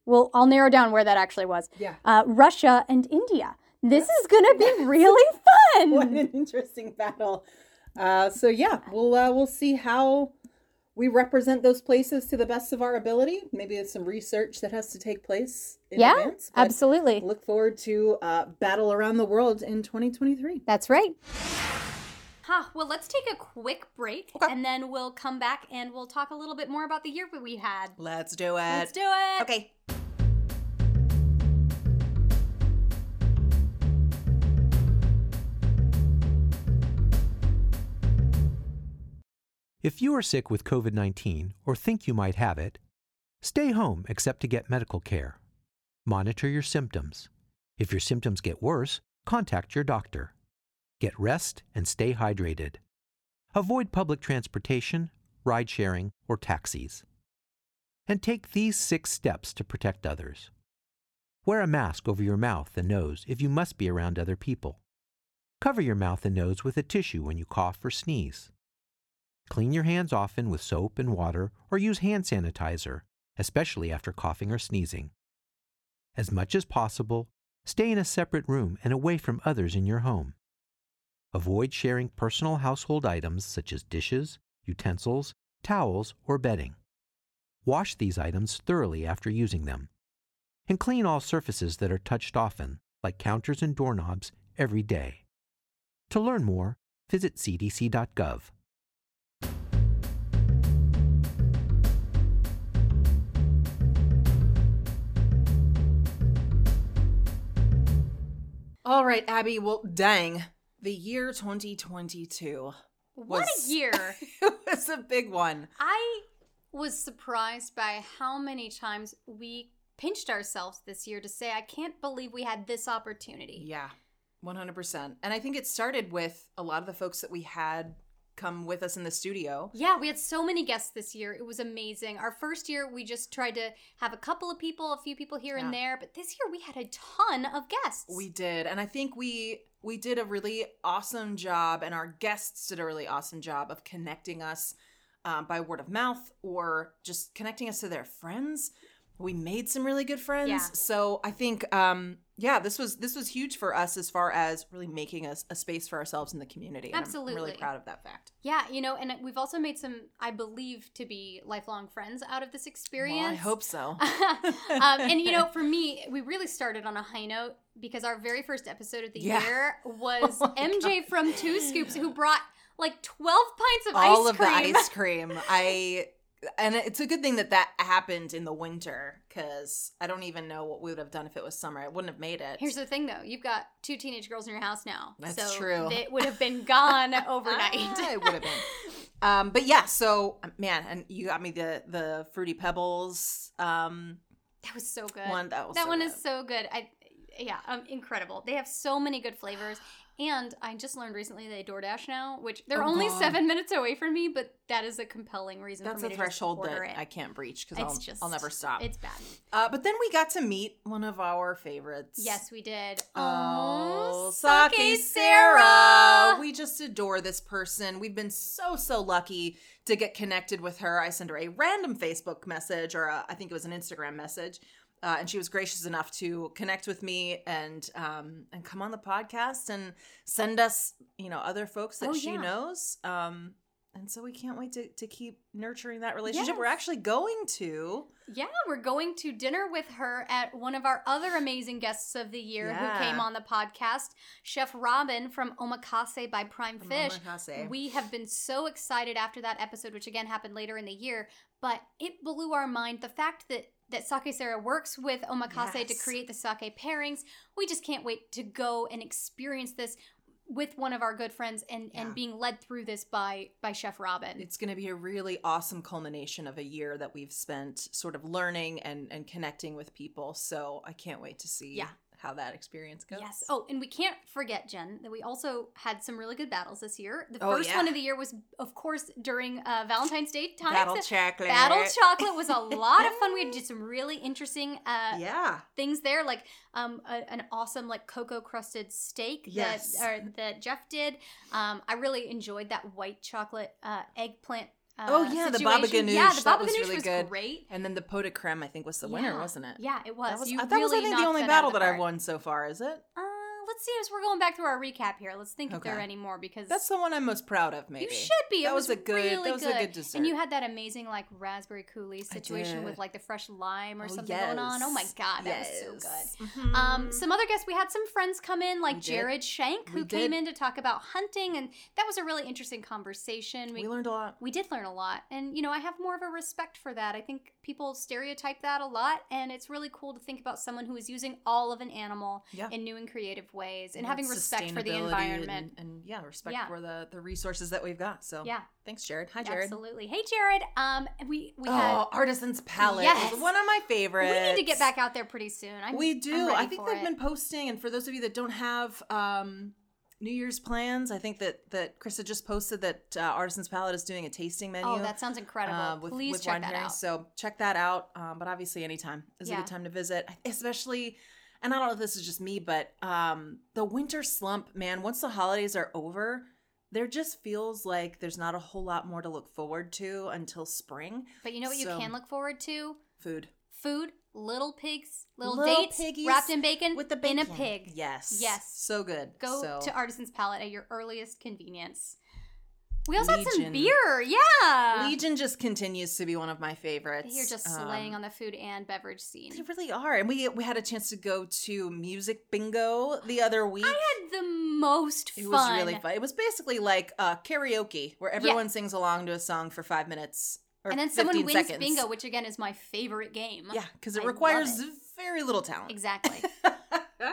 Speaker 2: Well, I'll narrow down where that actually was.
Speaker 5: Yeah.
Speaker 2: Uh, Russia and India. This is gonna be
Speaker 5: [laughs]
Speaker 2: really
Speaker 5: What
Speaker 2: fun.
Speaker 5: an interesting battle. Uh, so yeah, we'll uh, we'll see how we represent those places to the best of our ability. Maybe there's some research that has to take place. In
Speaker 2: Yeah,
Speaker 5: advance, but
Speaker 2: Absolutely.
Speaker 5: Look forward to uh, battle around the world in 2023.
Speaker 2: That's right. Huh. Well, let's take a quick break and then we'll come back and we'll talk a little bit more about the year that we had.
Speaker 5: Let's do it.
Speaker 2: Let's do it.
Speaker 5: Okay.
Speaker 6: If you are sick with COVID 19 or think you might have it, stay home except to get medical care. Monitor your symptoms. If your symptoms get worse, contact your doctor. Get rest and stay hydrated. Avoid public transportation, ride sharing, or taxis. And take these six steps to protect others. Wear a mask over your mouth and nose if you must be around other people. Cover your mouth and nose with a tissue when you cough or sneeze. Clean your hands often with soap and water or use hand sanitizer, especially after coughing or sneezing. As much as possible, stay in a separate room and away from others in your home. Avoid sharing personal household items such as dishes, utensils, towels, or bedding. Wash these items thoroughly after using them. And clean all surfaces that are touched often, like counters and doorknobs, every day. To learn more, visit cdc.gov.
Speaker 5: All right, Abby. Well, dang. The year 2022.
Speaker 2: What
Speaker 5: Was-
Speaker 2: a year.
Speaker 5: [laughs] it was a big one.
Speaker 2: I was surprised by how many times we pinched ourselves this year to say, I can't believe we had this opportunity.
Speaker 5: Yeah, 100%. And I think it started with a lot of the folks that we had come with us in the studio.
Speaker 2: Yeah, we had so many guests this year. It was amazing. Our first year, we just tried to have a couple of people, a few people here
Speaker 5: Yeah.
Speaker 2: and there, but this year we had a ton of guests.
Speaker 5: We did. And I think we we did a really awesome job and our guests did a really awesome job of connecting us um, by word of mouth or just connecting us to their friends. We made some really good friends.
Speaker 2: Yeah.
Speaker 5: So I think um yeah, this was this was huge for us as far as really making us a space for ourselves in the community. And I'm- I'm
Speaker 2: Absolutely.
Speaker 5: really proud of that fact.
Speaker 2: Yeah, you know, and we've also made some, I believe, to be lifelong friends out of this experience.
Speaker 5: Well, I hope so.
Speaker 2: [laughs] um, and you know, for me, we really started on a high note because our very first episode of the
Speaker 5: Yeah.
Speaker 2: year was
Speaker 5: [laughs] Oh my
Speaker 2: MJ
Speaker 5: God.
Speaker 2: from Two Scoops, who brought like twelve pints of
Speaker 5: all
Speaker 2: ice
Speaker 5: of
Speaker 2: cream.
Speaker 5: the ice cream. I and it's a good thing that that happened in the winter because I don't even know what we would have done if it was summer. I wouldn't have made it.
Speaker 2: [laughs] Here's the thing, though: you've got two teenage girls in your house now,
Speaker 5: That's
Speaker 2: so
Speaker 5: true.
Speaker 2: It would have been
Speaker 5: [laughs]
Speaker 2: gone overnight.
Speaker 5: Ah, it would have been. Um, but yeah, so man, and you got me the the fruity pebbles. Um,
Speaker 2: [laughs] That was so good.
Speaker 5: One that was
Speaker 2: that
Speaker 5: so
Speaker 2: one
Speaker 5: good.
Speaker 2: is so good. I yeah, um, incredible. They have so many good flavors. And I just learned recently they DoorDash now, which they're
Speaker 5: Oh,
Speaker 2: only
Speaker 5: God.
Speaker 2: seven minutes away from me, but that is a compelling reason.
Speaker 5: that's
Speaker 2: for
Speaker 5: a
Speaker 2: me
Speaker 5: threshold
Speaker 2: to just
Speaker 5: that
Speaker 2: order it.
Speaker 5: I can't breach because
Speaker 2: It's
Speaker 5: I'll, I'll never stop.
Speaker 2: It's bad.
Speaker 5: Uh, but then we got to meet one of our favorites.
Speaker 2: Yes, we did.
Speaker 5: Oh,
Speaker 2: Aw,
Speaker 5: Saki
Speaker 2: Sake
Speaker 5: Sarah. We just adore this person. We've been so, so lucky to get connected with her. I sent her a random Facebook message, or a, I think it was an Instagram message. Uh, and she was gracious enough to connect with me and um, and come on the podcast and send us you know other folks that
Speaker 2: Oh,
Speaker 5: she
Speaker 2: yeah.
Speaker 5: knows um, and so we can't wait to, to keep nurturing that relationship. We're
Speaker 2: Yes.
Speaker 5: actually going to
Speaker 2: Yeah, we're going to dinner with her at one of our other amazing guests of the year
Speaker 5: Yeah.
Speaker 2: who came on the podcast, Chef Robin from Omakase by Prime Fish.
Speaker 5: Omakase.
Speaker 2: We have been so excited after that episode, which again happened later in the year, but it blew our mind the fact that that Sake Sarah works with Omakase to
Speaker 5: Yes.
Speaker 2: create the sake pairings. We just can't wait to go and experience this with one of our good friends and
Speaker 5: Yeah.
Speaker 2: and being led through this by by Chef Robin.
Speaker 5: It's going to be a really awesome culmination of a year that we've spent sort of learning and and connecting with people. So I can't wait to see
Speaker 2: Yeah.
Speaker 5: how that experience goes.
Speaker 2: Yes. Oh, and we can't forget, Jen, that we also had some really good battles this year. The
Speaker 5: Oh,
Speaker 2: first
Speaker 5: yeah.
Speaker 2: one of the year was, of course, during uh, Valentine's Day time. [laughs]
Speaker 5: battle
Speaker 2: So
Speaker 5: chocolate.
Speaker 2: Battle chocolate was a lot of
Speaker 5: [laughs]
Speaker 2: fun. We did some really interesting uh,
Speaker 5: yeah.
Speaker 2: things there, like um, a, an awesome like cocoa crusted steak
Speaker 5: Yes.
Speaker 2: that or, that Jeff did. Um, I really enjoyed that white chocolate uh, eggplant. Uh,
Speaker 5: Oh, yeah, the baba
Speaker 2: situation. Yeah,
Speaker 5: ganoush.
Speaker 2: the
Speaker 5: That
Speaker 2: baba
Speaker 5: was
Speaker 2: ganoush
Speaker 5: really
Speaker 2: was
Speaker 5: good.
Speaker 2: great.
Speaker 5: And then the pot de creme, I think, was the winner,
Speaker 2: Yeah.
Speaker 5: wasn't it?
Speaker 2: Yeah, it was.
Speaker 5: That was,
Speaker 2: You
Speaker 5: I, that was, I
Speaker 2: really
Speaker 5: think, the
Speaker 2: knocked
Speaker 5: only
Speaker 2: that out
Speaker 5: battle
Speaker 2: of the
Speaker 5: that I've
Speaker 2: park.
Speaker 5: won so far, is it?
Speaker 2: Uh, let's see as we're going back through our recap here. Let's think if there are
Speaker 5: Okay.
Speaker 2: any more because
Speaker 5: That's the one I'm most proud of, maybe.
Speaker 2: you should be.
Speaker 5: That
Speaker 2: it
Speaker 5: was
Speaker 2: was,
Speaker 5: a good-
Speaker 2: really
Speaker 5: that was a good
Speaker 2: And
Speaker 5: dessert.
Speaker 2: you had that amazing like raspberry coulis
Speaker 5: I
Speaker 2: situation
Speaker 5: did.
Speaker 2: with like the fresh lime or
Speaker 5: Oh,
Speaker 2: something going on. Oh my
Speaker 5: yes.
Speaker 2: god, that was so
Speaker 5: Yes.
Speaker 2: good.
Speaker 3: Mm-hmm.
Speaker 5: Mhm.
Speaker 2: Um, some other guests, we had some friends come in, like
Speaker 5: We did.
Speaker 2: Jared Shank, who
Speaker 5: We
Speaker 2: came
Speaker 5: did.
Speaker 2: in to talk about hunting, and that was a really interesting conversation.
Speaker 5: we learned a lot.
Speaker 2: we did learn a lot, and you know, I have more of a respect for that. I think people stereotype that a lot, and it's really cool to think about someone who is using all of an animal
Speaker 5: Yeah.
Speaker 2: in new and creative ways, and
Speaker 5: About
Speaker 2: having respect for the
Speaker 5: sustainability
Speaker 2: environment.
Speaker 5: And, and yeah, respect
Speaker 2: Yeah.
Speaker 5: for the, the resources that we've got. So
Speaker 2: yeah,
Speaker 5: thanks, Jared. Hi, Jared.
Speaker 2: absolutely. Hey, Jared. Um, we we
Speaker 5: oh,
Speaker 2: had
Speaker 5: Artisan's Palette
Speaker 2: Yes.
Speaker 5: is one of my favorites.
Speaker 2: we need to get back out there pretty soon. I'm,
Speaker 5: we
Speaker 2: I'm
Speaker 5: do.
Speaker 2: ready
Speaker 5: I think
Speaker 2: for
Speaker 5: they've
Speaker 2: it.
Speaker 5: been posting, and for those of you that don't have um, New Year's plans, I think that that Krista just posted that uh, Artisan's Palette is doing a tasting menu.
Speaker 2: Oh, that sounds incredible!
Speaker 5: uh, with,
Speaker 2: Please
Speaker 5: with
Speaker 2: check
Speaker 5: wine
Speaker 2: that
Speaker 5: pairings.
Speaker 2: out.
Speaker 5: So check that out. Um, but obviously, anytime is a
Speaker 2: Yeah.
Speaker 5: good time to visit, especially. And I don't know if this is just me, but um, the winter slump, man. Once the holidays are over, there just feels like there's not a whole lot more to look forward to until spring.
Speaker 2: But you know what you
Speaker 5: So-
Speaker 2: can look forward to?
Speaker 5: Food.
Speaker 2: Food, little pigs, little,
Speaker 5: Little
Speaker 2: dates
Speaker 5: piggies
Speaker 2: wrapped in bacon
Speaker 5: with the
Speaker 2: in
Speaker 5: bacon.
Speaker 2: a pig.
Speaker 5: Yes.
Speaker 2: Yes.
Speaker 5: So good.
Speaker 2: Go
Speaker 5: so,
Speaker 2: to Artisan's Palette at your earliest convenience. We also had some
Speaker 5: Legion.
Speaker 2: beer. Yeah.
Speaker 5: Legion just continues to be one of my favorites. Um,
Speaker 2: You're uh, just slaying on the food and beverage scene.
Speaker 5: They really are, and we we had a chance to go to music bingo the other week.
Speaker 2: I had the most fun.
Speaker 5: it was really fun. It was basically like uh, karaoke, where everyone sings along to a song for five minutes or
Speaker 2: And then someone
Speaker 5: 15
Speaker 2: wins
Speaker 5: seconds.
Speaker 2: bingo, which again is my favorite game.
Speaker 5: Yeah, because
Speaker 2: I
Speaker 5: it
Speaker 2: love
Speaker 5: requires
Speaker 2: it.
Speaker 5: very little talent.
Speaker 2: Exactly.
Speaker 5: [laughs]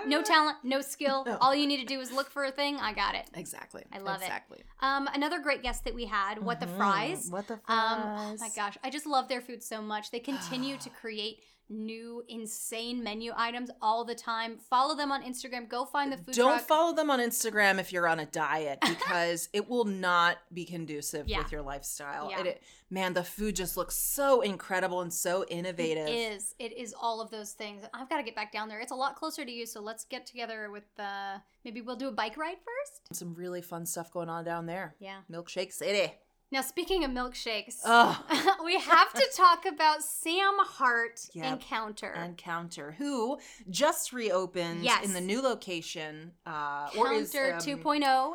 Speaker 2: No talent, no skill.
Speaker 5: No.
Speaker 2: All you need to do is look for a thing. I got it.
Speaker 5: Exactly.
Speaker 2: I love it.
Speaker 5: exactly.
Speaker 2: Um, another great guest that we had, What the
Speaker 5: Mhm.
Speaker 2: Fries.
Speaker 5: What the fries?
Speaker 2: Um, oh my gosh, I just love their food so much. They continue
Speaker 5: [sighs]
Speaker 2: to create new insane menu items all the time. Follow them on Instagram. Go find the food
Speaker 5: Don't
Speaker 2: truck.
Speaker 5: follow them on Instagram if you're on
Speaker 2: [laughs]
Speaker 5: a diet because it will not be conducive
Speaker 2: Yeah.
Speaker 5: with your lifestyle.
Speaker 2: Yeah.
Speaker 5: And it, man, the food just looks so incredible and so innovative.
Speaker 2: It is. It is all of those things. I've got to get back down there. It's a lot closer to you, so let's get together with uh maybe we'll do a bike ride first.
Speaker 5: Some really fun stuff going on down there.
Speaker 2: Yeah.
Speaker 5: Milkshake City.
Speaker 2: Now speaking of milkshakes,
Speaker 5: Ugh.
Speaker 2: [laughs] we have
Speaker 5: [laughs]
Speaker 2: to talk about Sam Hart
Speaker 5: Yep.
Speaker 2: encounter.
Speaker 5: And Counter, who just reopened
Speaker 2: Yes.
Speaker 5: in the new location. Uh, or is,
Speaker 2: Counter
Speaker 5: um,
Speaker 2: 2.0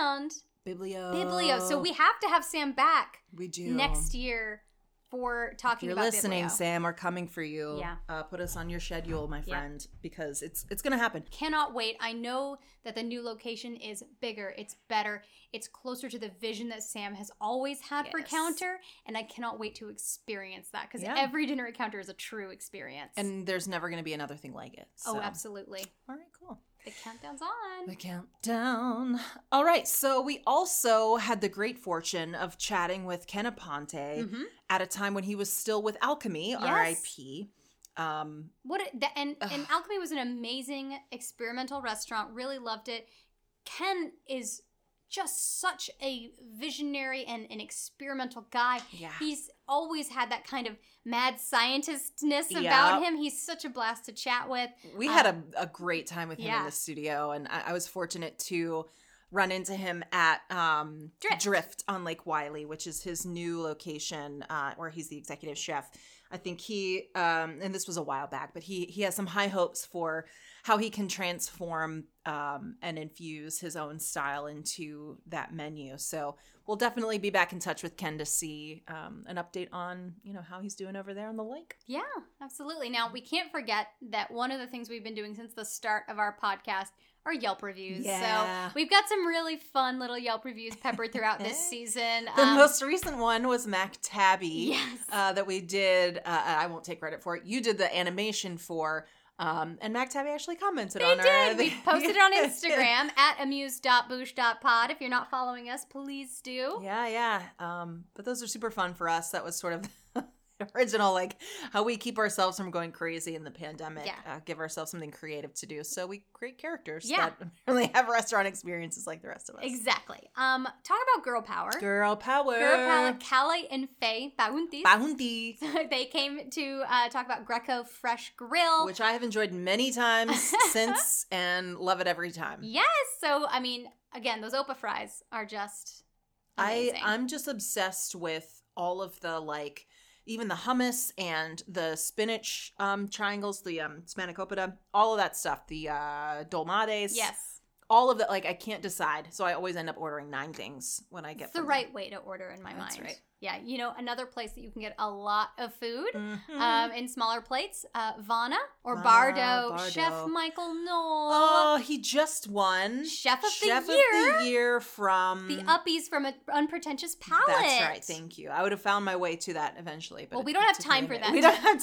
Speaker 2: and
Speaker 5: Biblio.
Speaker 2: Biblio.
Speaker 5: Oh.
Speaker 2: So we have to have Sam back
Speaker 5: we do
Speaker 2: next year for
Speaker 5: If
Speaker 2: talking
Speaker 5: you're
Speaker 2: about
Speaker 5: listening,
Speaker 2: Biblio.
Speaker 5: Sam, are coming for you.
Speaker 2: Yeah.
Speaker 5: Uh, put us on your schedule, my
Speaker 2: Yeah.
Speaker 5: friend, because it's it's gonna happen.
Speaker 2: Cannot wait. I know that the new location is bigger, it's better, it's closer to the vision that Sam has always had for
Speaker 5: Yes.
Speaker 2: Counter, and I cannot wait to experience that because
Speaker 5: Yeah.
Speaker 2: every dinner at Counter is a true experience.
Speaker 5: And there's never going to be another thing like it.
Speaker 2: oh,
Speaker 5: so.
Speaker 2: absolutely.
Speaker 5: All right, cool.
Speaker 2: The countdown's on.
Speaker 5: The countdown. All right, so we also had the great fortune of chatting with Ken Aponte
Speaker 2: Mhm.
Speaker 5: at a time when he was still with Alchemy,
Speaker 2: Yes.
Speaker 5: RIP. Um,
Speaker 2: What it, the, and
Speaker 5: Ugh.
Speaker 2: and Alchemy was an amazing experimental restaurant. Really loved it. Ken is just such a visionary and an experimental guy.
Speaker 5: yeah.
Speaker 2: He's always had that kind of mad scientistness about
Speaker 5: Yep.
Speaker 2: him. He's such a blast to chat with.
Speaker 5: we had a, a great time with him
Speaker 2: Um, yeah.
Speaker 5: in the studio, and I, I was fortunate to run into him at um,
Speaker 2: Drift.
Speaker 5: on Lake Wiley, which is his new location uh, where he's the executive chef. I think he, um, and this was a while back, but he he has some high hopes for how he can transform um, and infuse his own style into that menu. So we'll definitely be back in touch with Ken to see um, an update on you know how he's doing over there on the lake.
Speaker 2: Yeah, absolutely. Now, we can't forget that one of the things we've been doing since the start of our podcast are Yelp reviews.
Speaker 5: Yeah.
Speaker 2: So, we've got some really fun little Yelp reviews peppered throughout
Speaker 5: [laughs]
Speaker 2: this season.
Speaker 5: The
Speaker 2: Um,
Speaker 5: most recent one was Mac Tabby
Speaker 2: Yes.
Speaker 5: uh, that we did. Uh, I won't take credit for it. You did the animation for, um, and Mac Tabby actually commented
Speaker 2: They
Speaker 5: on our. [laughs]
Speaker 2: did. We posted it on Instagram at amuse.boosh.pod. If you're not following us, please do.
Speaker 5: yeah, yeah. Um, but those are super fun for us. That was sort of the [laughs] original, like how we keep ourselves from going crazy in the pandemic.
Speaker 2: Yeah.
Speaker 5: Uh, give ourselves something creative to do. So we create characters
Speaker 2: Yeah.
Speaker 5: that [laughs] really have restaurant experiences like the rest of us.
Speaker 2: Exactly. Um, talk about girl power.
Speaker 5: Girl power.
Speaker 2: Girl power. Callie and Faye Bauntis.
Speaker 5: Bounty.
Speaker 2: [laughs] they came to uh, talk about Greco Fresh Grill.
Speaker 5: Which I have
Speaker 2: [laughs]
Speaker 5: enjoyed many times since and love it every time.
Speaker 2: yes. So, I mean, again, those Opa fries are just amazing.
Speaker 5: I I'm just obsessed with all of the like even the hummus and the spinach um triangles, the um spanakopita, all of that stuff, the uh dolmades.
Speaker 2: yes.
Speaker 5: All of that like I can't decide, so I always end up ordering nine things when I get
Speaker 2: It's the
Speaker 5: from them.
Speaker 2: right way to order in my
Speaker 5: That's
Speaker 2: mind.
Speaker 5: right.
Speaker 2: Yeah. You know, another place that you can get a lot of food.
Speaker 5: Mhm.
Speaker 2: um, in smaller plates. Uh, Vana or
Speaker 5: Vana,
Speaker 2: Bardo,
Speaker 5: Bardo.
Speaker 2: Chef Michael Knoll,
Speaker 5: Oh, he just won
Speaker 2: Chef of the
Speaker 5: Chef
Speaker 2: Year.
Speaker 5: of the Year from
Speaker 2: the Uppies from an Unpretentious Palette.
Speaker 5: That's right. Thank you. I would have found my way to that eventually. But
Speaker 2: Well, we
Speaker 5: it
Speaker 2: don't have
Speaker 5: took
Speaker 2: time
Speaker 5: me a
Speaker 2: for
Speaker 5: minute.
Speaker 2: that.
Speaker 5: We don't have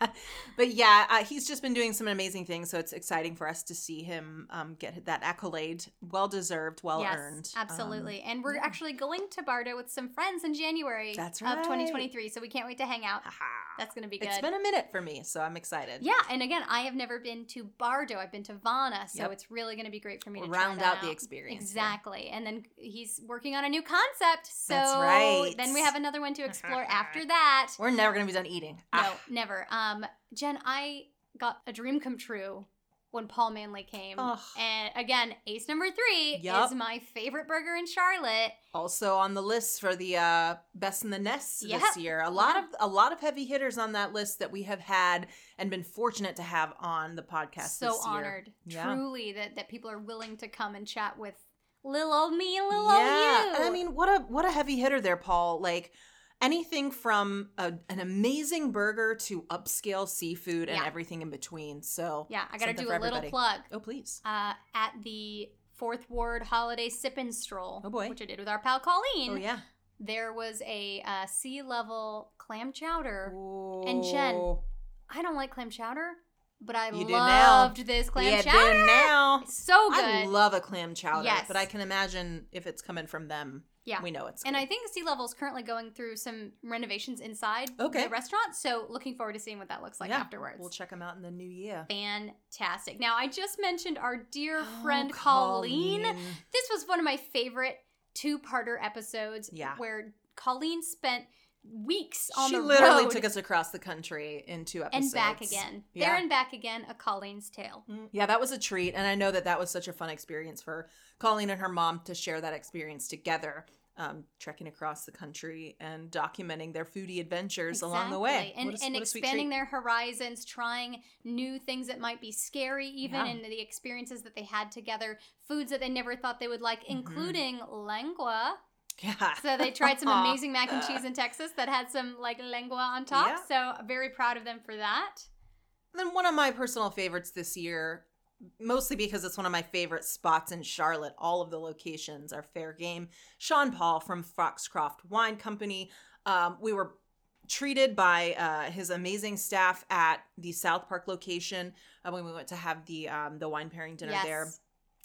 Speaker 5: time. [laughs] but yeah, uh, he's just been doing some amazing things. So it's exciting for us to see him um, get that accolade. Well deserved, well
Speaker 2: yes,
Speaker 5: earned. Um,
Speaker 2: absolutely. and we're
Speaker 5: yeah.
Speaker 2: actually going to Bardo with some friends in January
Speaker 5: That's
Speaker 2: of
Speaker 5: right.
Speaker 2: 2023, so we can't wait to hang out.
Speaker 5: haha.
Speaker 2: That's going to be good.
Speaker 5: It's been a minute for me, so I'm excited.
Speaker 2: yeah, and again, I have never been to Bardo. I've been to Vana, so
Speaker 5: Yep.
Speaker 2: it's really going to be great for me to
Speaker 5: We'll
Speaker 2: try
Speaker 5: round
Speaker 2: that
Speaker 5: out the experience. here.
Speaker 2: Exactly. And then he's working on a new concept. So
Speaker 5: That's right.
Speaker 2: then we have another
Speaker 5: [laughs]
Speaker 2: one to explore after that.
Speaker 5: We're never going to be done eating.
Speaker 2: No,
Speaker 5: Ah.
Speaker 2: never. Um, Jen, I got a dream come true when Paul Manley came.
Speaker 5: Ugh.
Speaker 2: And again, ace number three
Speaker 5: Yup.
Speaker 2: is my favorite burger in Charlotte.
Speaker 5: Also on the list for the uh, best in the nest
Speaker 2: Yep.
Speaker 5: this year. A lot of a lot of heavy hitters on that list that we have had and been fortunate to have on the podcast.
Speaker 2: so
Speaker 5: this year.
Speaker 2: honored,
Speaker 5: Yeah.
Speaker 2: truly, that, that people are willing to come and chat with little old me, little old you.
Speaker 5: and I mean, what a what a heavy hitter there, Paul. Like anything from a, an amazing burger to upscale seafood and
Speaker 2: Yeah.
Speaker 5: everything in between. So
Speaker 2: yeah, I got to
Speaker 5: something
Speaker 2: do
Speaker 5: for
Speaker 2: a little
Speaker 5: everybody.
Speaker 2: plug.
Speaker 5: Oh please,
Speaker 2: uh, at the Fourth Ward Holiday Sip and Stroll,
Speaker 5: Oh, boy.
Speaker 2: which I did with our pal Colleen.
Speaker 5: oh yeah,
Speaker 2: There was a uh, sea level clam chowder. And Jen,
Speaker 5: Ooh.
Speaker 2: I don't like clam chowder, but I
Speaker 5: You do now.
Speaker 2: loved this clam
Speaker 5: yeah,
Speaker 2: chowder.
Speaker 5: do now.
Speaker 2: It's so good.
Speaker 5: I love a clam chowder,
Speaker 2: Yes.
Speaker 5: but I can imagine if it's coming from them,
Speaker 2: yeah.
Speaker 5: we know it's.
Speaker 2: And
Speaker 5: good.
Speaker 2: I think Sea Level is currently going through some renovations inside
Speaker 5: Okay.
Speaker 2: the restaurant, so looking forward to seeing what that looks like
Speaker 5: Yeah,
Speaker 2: afterwards.
Speaker 5: we'll check them out in the new year.
Speaker 2: Fantastic. Now, I just mentioned our dear
Speaker 5: Oh,
Speaker 2: friend Colleen.
Speaker 5: Colleen.
Speaker 2: This was one of my favorite two-parter episodes.
Speaker 5: Yeah.
Speaker 2: Where Colleen spent weeks on
Speaker 5: she
Speaker 2: the
Speaker 5: literally
Speaker 2: road
Speaker 5: took us across the country in two episodes
Speaker 2: and back again.
Speaker 5: Yeah.
Speaker 2: There and back again, a Colleen's tale.
Speaker 5: Mm, Yeah, that was a treat. And I know that that was such a fun experience for Colleen and her mom to share that experience together, um, trekking across the country and documenting their foodie adventures along the way.
Speaker 2: Exactly. and,
Speaker 5: What a-
Speaker 2: and
Speaker 5: what a sweet
Speaker 2: expanding
Speaker 5: treat.
Speaker 2: their horizons, trying new things that might be scary, even
Speaker 5: Yeah.
Speaker 2: and the experiences that they had together, foods that they never thought they would like,
Speaker 5: Mhm.
Speaker 2: including lengua.
Speaker 5: [laughs] Yeah.
Speaker 2: So they tried some
Speaker 5: Aw.
Speaker 2: amazing mac and cheese in Texas that had some like lengua on top. So very proud of them for that.
Speaker 5: And then one of my personal favorites this year, mostly because it's one of my favorite spots in Charlotte. All of the locations are fair game. Sean Paul from Foxcroft Wine Company. Um, we were treated by uh, his amazing staff at the South Park location uh, when we went to have the um, the wine pairing dinner
Speaker 2: yes.
Speaker 5: there,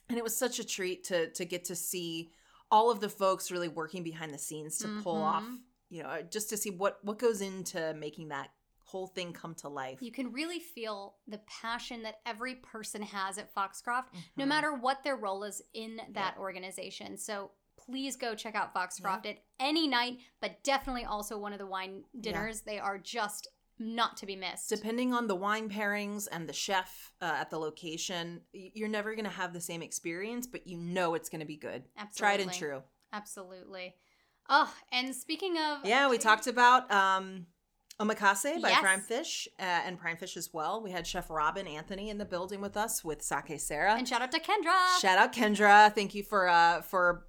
Speaker 5: and it was such a treat to to get to see all of the folks really working behind the scenes to pull off.
Speaker 2: Mhm.
Speaker 5: You know, just to see what what goes into making that whole thing come to life.
Speaker 2: You can really feel the passion that every person has at Foxcroft,
Speaker 5: Mm-hmm.
Speaker 2: no matter what their role is in that organization. So please go check out Foxcroft at any night, but definitely also one of the wine dinners. They are just not to be missed.
Speaker 5: Depending on the wine pairings and the chef uh, at the location, y- you're never going to have the same experience, but you know it's going to be good. Tried and
Speaker 2: Absolutely.
Speaker 5: true.
Speaker 2: Absolutely. Oh, and speaking of
Speaker 5: Yeah, we talked about um, Omakase by
Speaker 2: Yes.
Speaker 5: Prime Fish uh, and Prime Fish as well. We had Chef Robin Anthony in the building with us with Sake Sarah.
Speaker 2: and shout out to Kendra.
Speaker 5: Shout out Kendra. Thank you for uh, for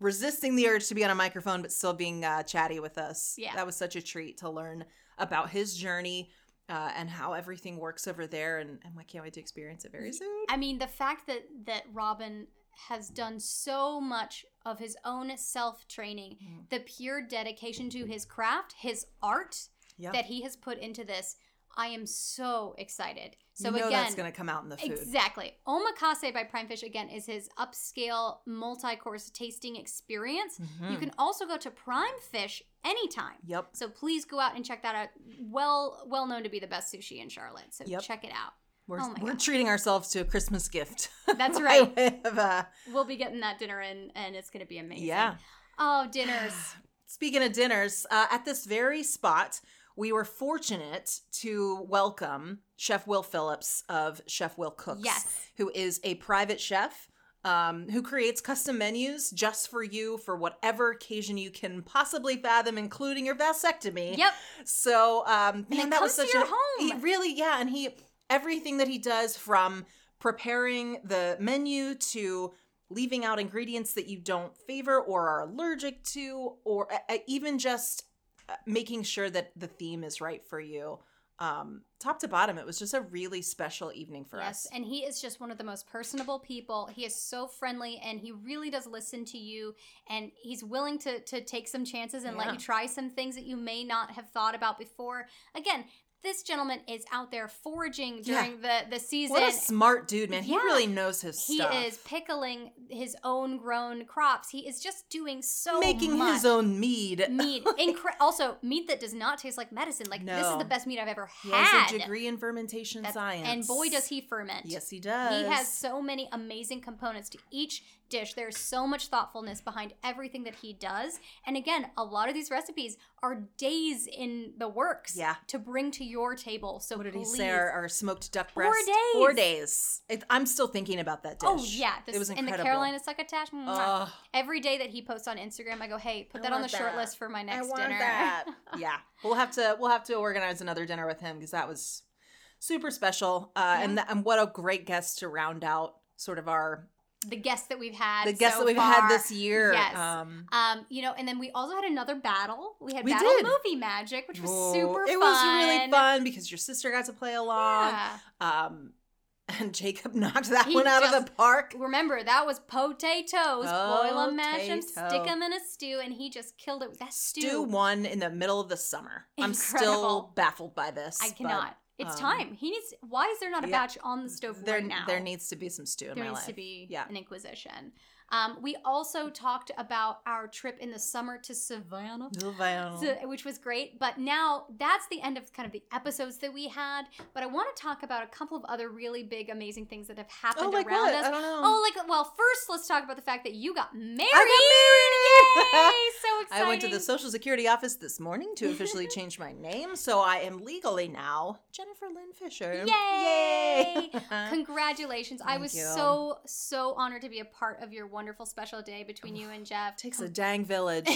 Speaker 5: resisting the urge to be on a microphone but still being uh, chatty with us.
Speaker 2: Yeah.
Speaker 5: that was such a treat to learn about his journey. Uh, and how everything works over there, and, and I can't wait to experience it very soon.
Speaker 2: I mean, the fact that that Robin has done so much of his own self training,
Speaker 5: Mm-hmm.
Speaker 2: the pure dedication to his craft, his art
Speaker 5: Yeah.
Speaker 2: that he has put into this, I am so excited. So
Speaker 5: you know
Speaker 2: again,
Speaker 5: that's going to come out in the food.
Speaker 2: Exactly. Omakase by Prime Fish again is his upscale multi-course tasting experience. You can also go to Prime Fish anytime.
Speaker 5: Mm-hmm. Yep.
Speaker 2: So please go out and check that out. Well, well known to be the best sushi in Charlotte. So
Speaker 5: Yep.
Speaker 2: check it
Speaker 5: [laughs]
Speaker 2: out.
Speaker 5: We're,
Speaker 2: Oh my
Speaker 5: we're
Speaker 2: God.
Speaker 5: treating ourselves to a Christmas gift.
Speaker 2: That's
Speaker 5: [laughs] by
Speaker 2: right.
Speaker 5: way of, uh,
Speaker 2: We'll be getting that dinner in, and it's going to be amazing.
Speaker 5: yeah.
Speaker 2: Oh, dinners.
Speaker 5: [gasps] Speaking of dinners, uh, at this very spot, we were fortunate to welcome Chef Will Phillips of Chef Will Cooks,
Speaker 2: Yes.
Speaker 5: who is a private chef um, who creates custom menus just for you for whatever occasion you can possibly fathom, including your vasectomy.
Speaker 2: yep.
Speaker 5: So, um, man,
Speaker 2: it
Speaker 5: that was
Speaker 2: comes to
Speaker 5: such
Speaker 2: your
Speaker 5: a he
Speaker 2: home.
Speaker 5: really, yeah, and he everything that he does from preparing the menu to leaving out ingredients that you don't favor or are allergic to, or uh, uh, even just uh, making sure that the theme is right for you. Um, top to bottom, it was just a really special evening for
Speaker 2: yes,
Speaker 5: us.
Speaker 2: and he is just one of the most personable people. He is so friendly, and he really does listen to you. And he's willing to to take some chances and let
Speaker 5: Yeah.
Speaker 2: you try some things that you may not have thought about before. Again, this gentleman is out there foraging
Speaker 5: Yeah.
Speaker 2: during the the season.
Speaker 5: What a smart dude, man! He
Speaker 2: Yeah.
Speaker 5: really knows his
Speaker 2: he
Speaker 5: stuff.
Speaker 2: is pickling his own grown crops. He is just doing so
Speaker 5: making
Speaker 2: much.
Speaker 5: his own mead.
Speaker 2: [laughs] meat. Incre- also, meat that does not taste like medicine. Like this is
Speaker 5: No.
Speaker 2: the best meat I've ever
Speaker 5: He
Speaker 2: had.
Speaker 5: has a degree in fermentation
Speaker 2: That's-
Speaker 5: science,
Speaker 2: And boy, does he ferment.
Speaker 5: Yes, he does.
Speaker 2: He has so many amazing components to each dish. There's so much thoughtfulness behind everything that he does. And again, a lot of these recipes are days in the works
Speaker 5: Yeah.
Speaker 2: to bring to your table. So
Speaker 5: What did he
Speaker 2: please.
Speaker 5: say? Our, our smoked duck
Speaker 2: Four
Speaker 5: breast.
Speaker 2: days.
Speaker 5: Four days. It, I'm still thinking about that dish.
Speaker 2: Oh yeah, this,
Speaker 5: it was
Speaker 2: and
Speaker 5: incredible.
Speaker 2: the Carolina succotash. mwah.
Speaker 5: Ugh.
Speaker 2: Every day that he posts on Instagram, I go, "Hey, put
Speaker 5: I
Speaker 2: that on the
Speaker 5: want
Speaker 2: short
Speaker 5: that.
Speaker 2: list for my next
Speaker 5: I want
Speaker 2: dinner." [laughs]
Speaker 5: that. yeah, we'll have to we'll have to organize another dinner with him because that was super special. Uh, And th- and what a great guest to round out sort of our
Speaker 2: the guests that we've had.
Speaker 5: the guests
Speaker 2: so
Speaker 5: that we've
Speaker 2: far.
Speaker 5: had this year.
Speaker 2: Yes.
Speaker 5: Um,
Speaker 2: Um, you know, and then we also had another battle. We had
Speaker 5: We
Speaker 2: battle
Speaker 5: did.
Speaker 2: movie magic, which was
Speaker 5: whoa,
Speaker 2: super fun.
Speaker 5: It was really fun because your sister got to play along.
Speaker 2: Yeah.
Speaker 5: Um, and Jacob [laughs] knocked that
Speaker 2: He
Speaker 5: one out of
Speaker 2: just-
Speaker 5: the park.
Speaker 2: Remember, that was potatoes. Boil 'em, mash 'em, stick 'em
Speaker 5: Potato.
Speaker 2: in a stew, and he just killed it with that stew.
Speaker 5: Stu won in the middle of the summer. I'm
Speaker 2: Incredible.
Speaker 5: still baffled by this.
Speaker 2: I
Speaker 5: but
Speaker 2: cannot. It's
Speaker 5: um,
Speaker 2: time. He needs why is there not a
Speaker 5: yeah.
Speaker 2: batch on the stove
Speaker 5: There,
Speaker 2: right now?
Speaker 5: there needs to be some stew in
Speaker 2: there
Speaker 5: my
Speaker 2: needs
Speaker 5: life.
Speaker 2: to be
Speaker 5: yeah.
Speaker 2: an inquisition. Um, we also talked about our trip in the summer to Savannah. So- which was great. But now that's the end of kind of the episodes that we had. But I want to talk about a couple of other really big, amazing things that have happened
Speaker 5: oh, like
Speaker 2: around
Speaker 5: what? I
Speaker 2: us.
Speaker 5: don't know.
Speaker 2: Oh, like well, first let's talk about the fact that you got married.
Speaker 5: I
Speaker 2: Yay! So
Speaker 5: got married. [laughs]
Speaker 2: exciting.
Speaker 5: I went to the Social Security office this morning
Speaker 2: [laughs]
Speaker 5: to officially change my name, so I am legally now Jennifer Lynn Fisher.
Speaker 2: Yay!
Speaker 5: [laughs]
Speaker 2: Congratulations. I
Speaker 5: Thank
Speaker 2: was
Speaker 5: you.
Speaker 2: so, so honored to be a part of your wonderful special day between you and Jeff.
Speaker 5: takes a
Speaker 2: [laughs]
Speaker 5: dang village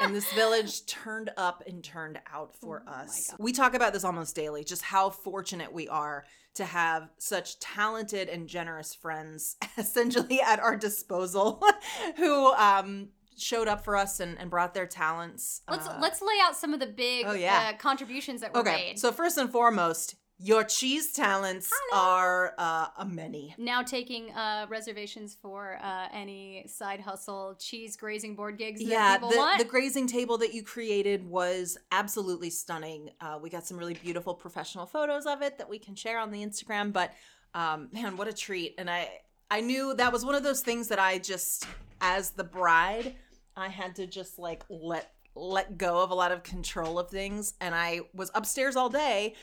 Speaker 5: and this village turned up and turned out for
Speaker 2: Oh my
Speaker 5: us
Speaker 2: God.
Speaker 5: we talk about this almost daily just how fortunate we are to have such talented and generous friends [laughs] essentially at our disposal [laughs] who um showed up for us and, and brought their talents
Speaker 2: Let's
Speaker 5: uh,
Speaker 2: let's lay out some of the big
Speaker 5: Oh, yeah.
Speaker 2: uh, contributions that were
Speaker 5: okay
Speaker 2: made.
Speaker 5: so first and foremost your cheese talents
Speaker 2: Hello.
Speaker 5: are uh, a many
Speaker 2: now taking uh, reservations for uh, any side hustle cheese grazing board gigs that
Speaker 5: yeah
Speaker 2: people
Speaker 5: the,
Speaker 2: want.
Speaker 5: the grazing table that you created was absolutely stunning uh, we got some really beautiful professional photos of it that we can share on the instagram but um, man what a treat and i i knew that was one of those things that i just as the bride i had to just like let let go of a lot of control of things. And I was upstairs all day.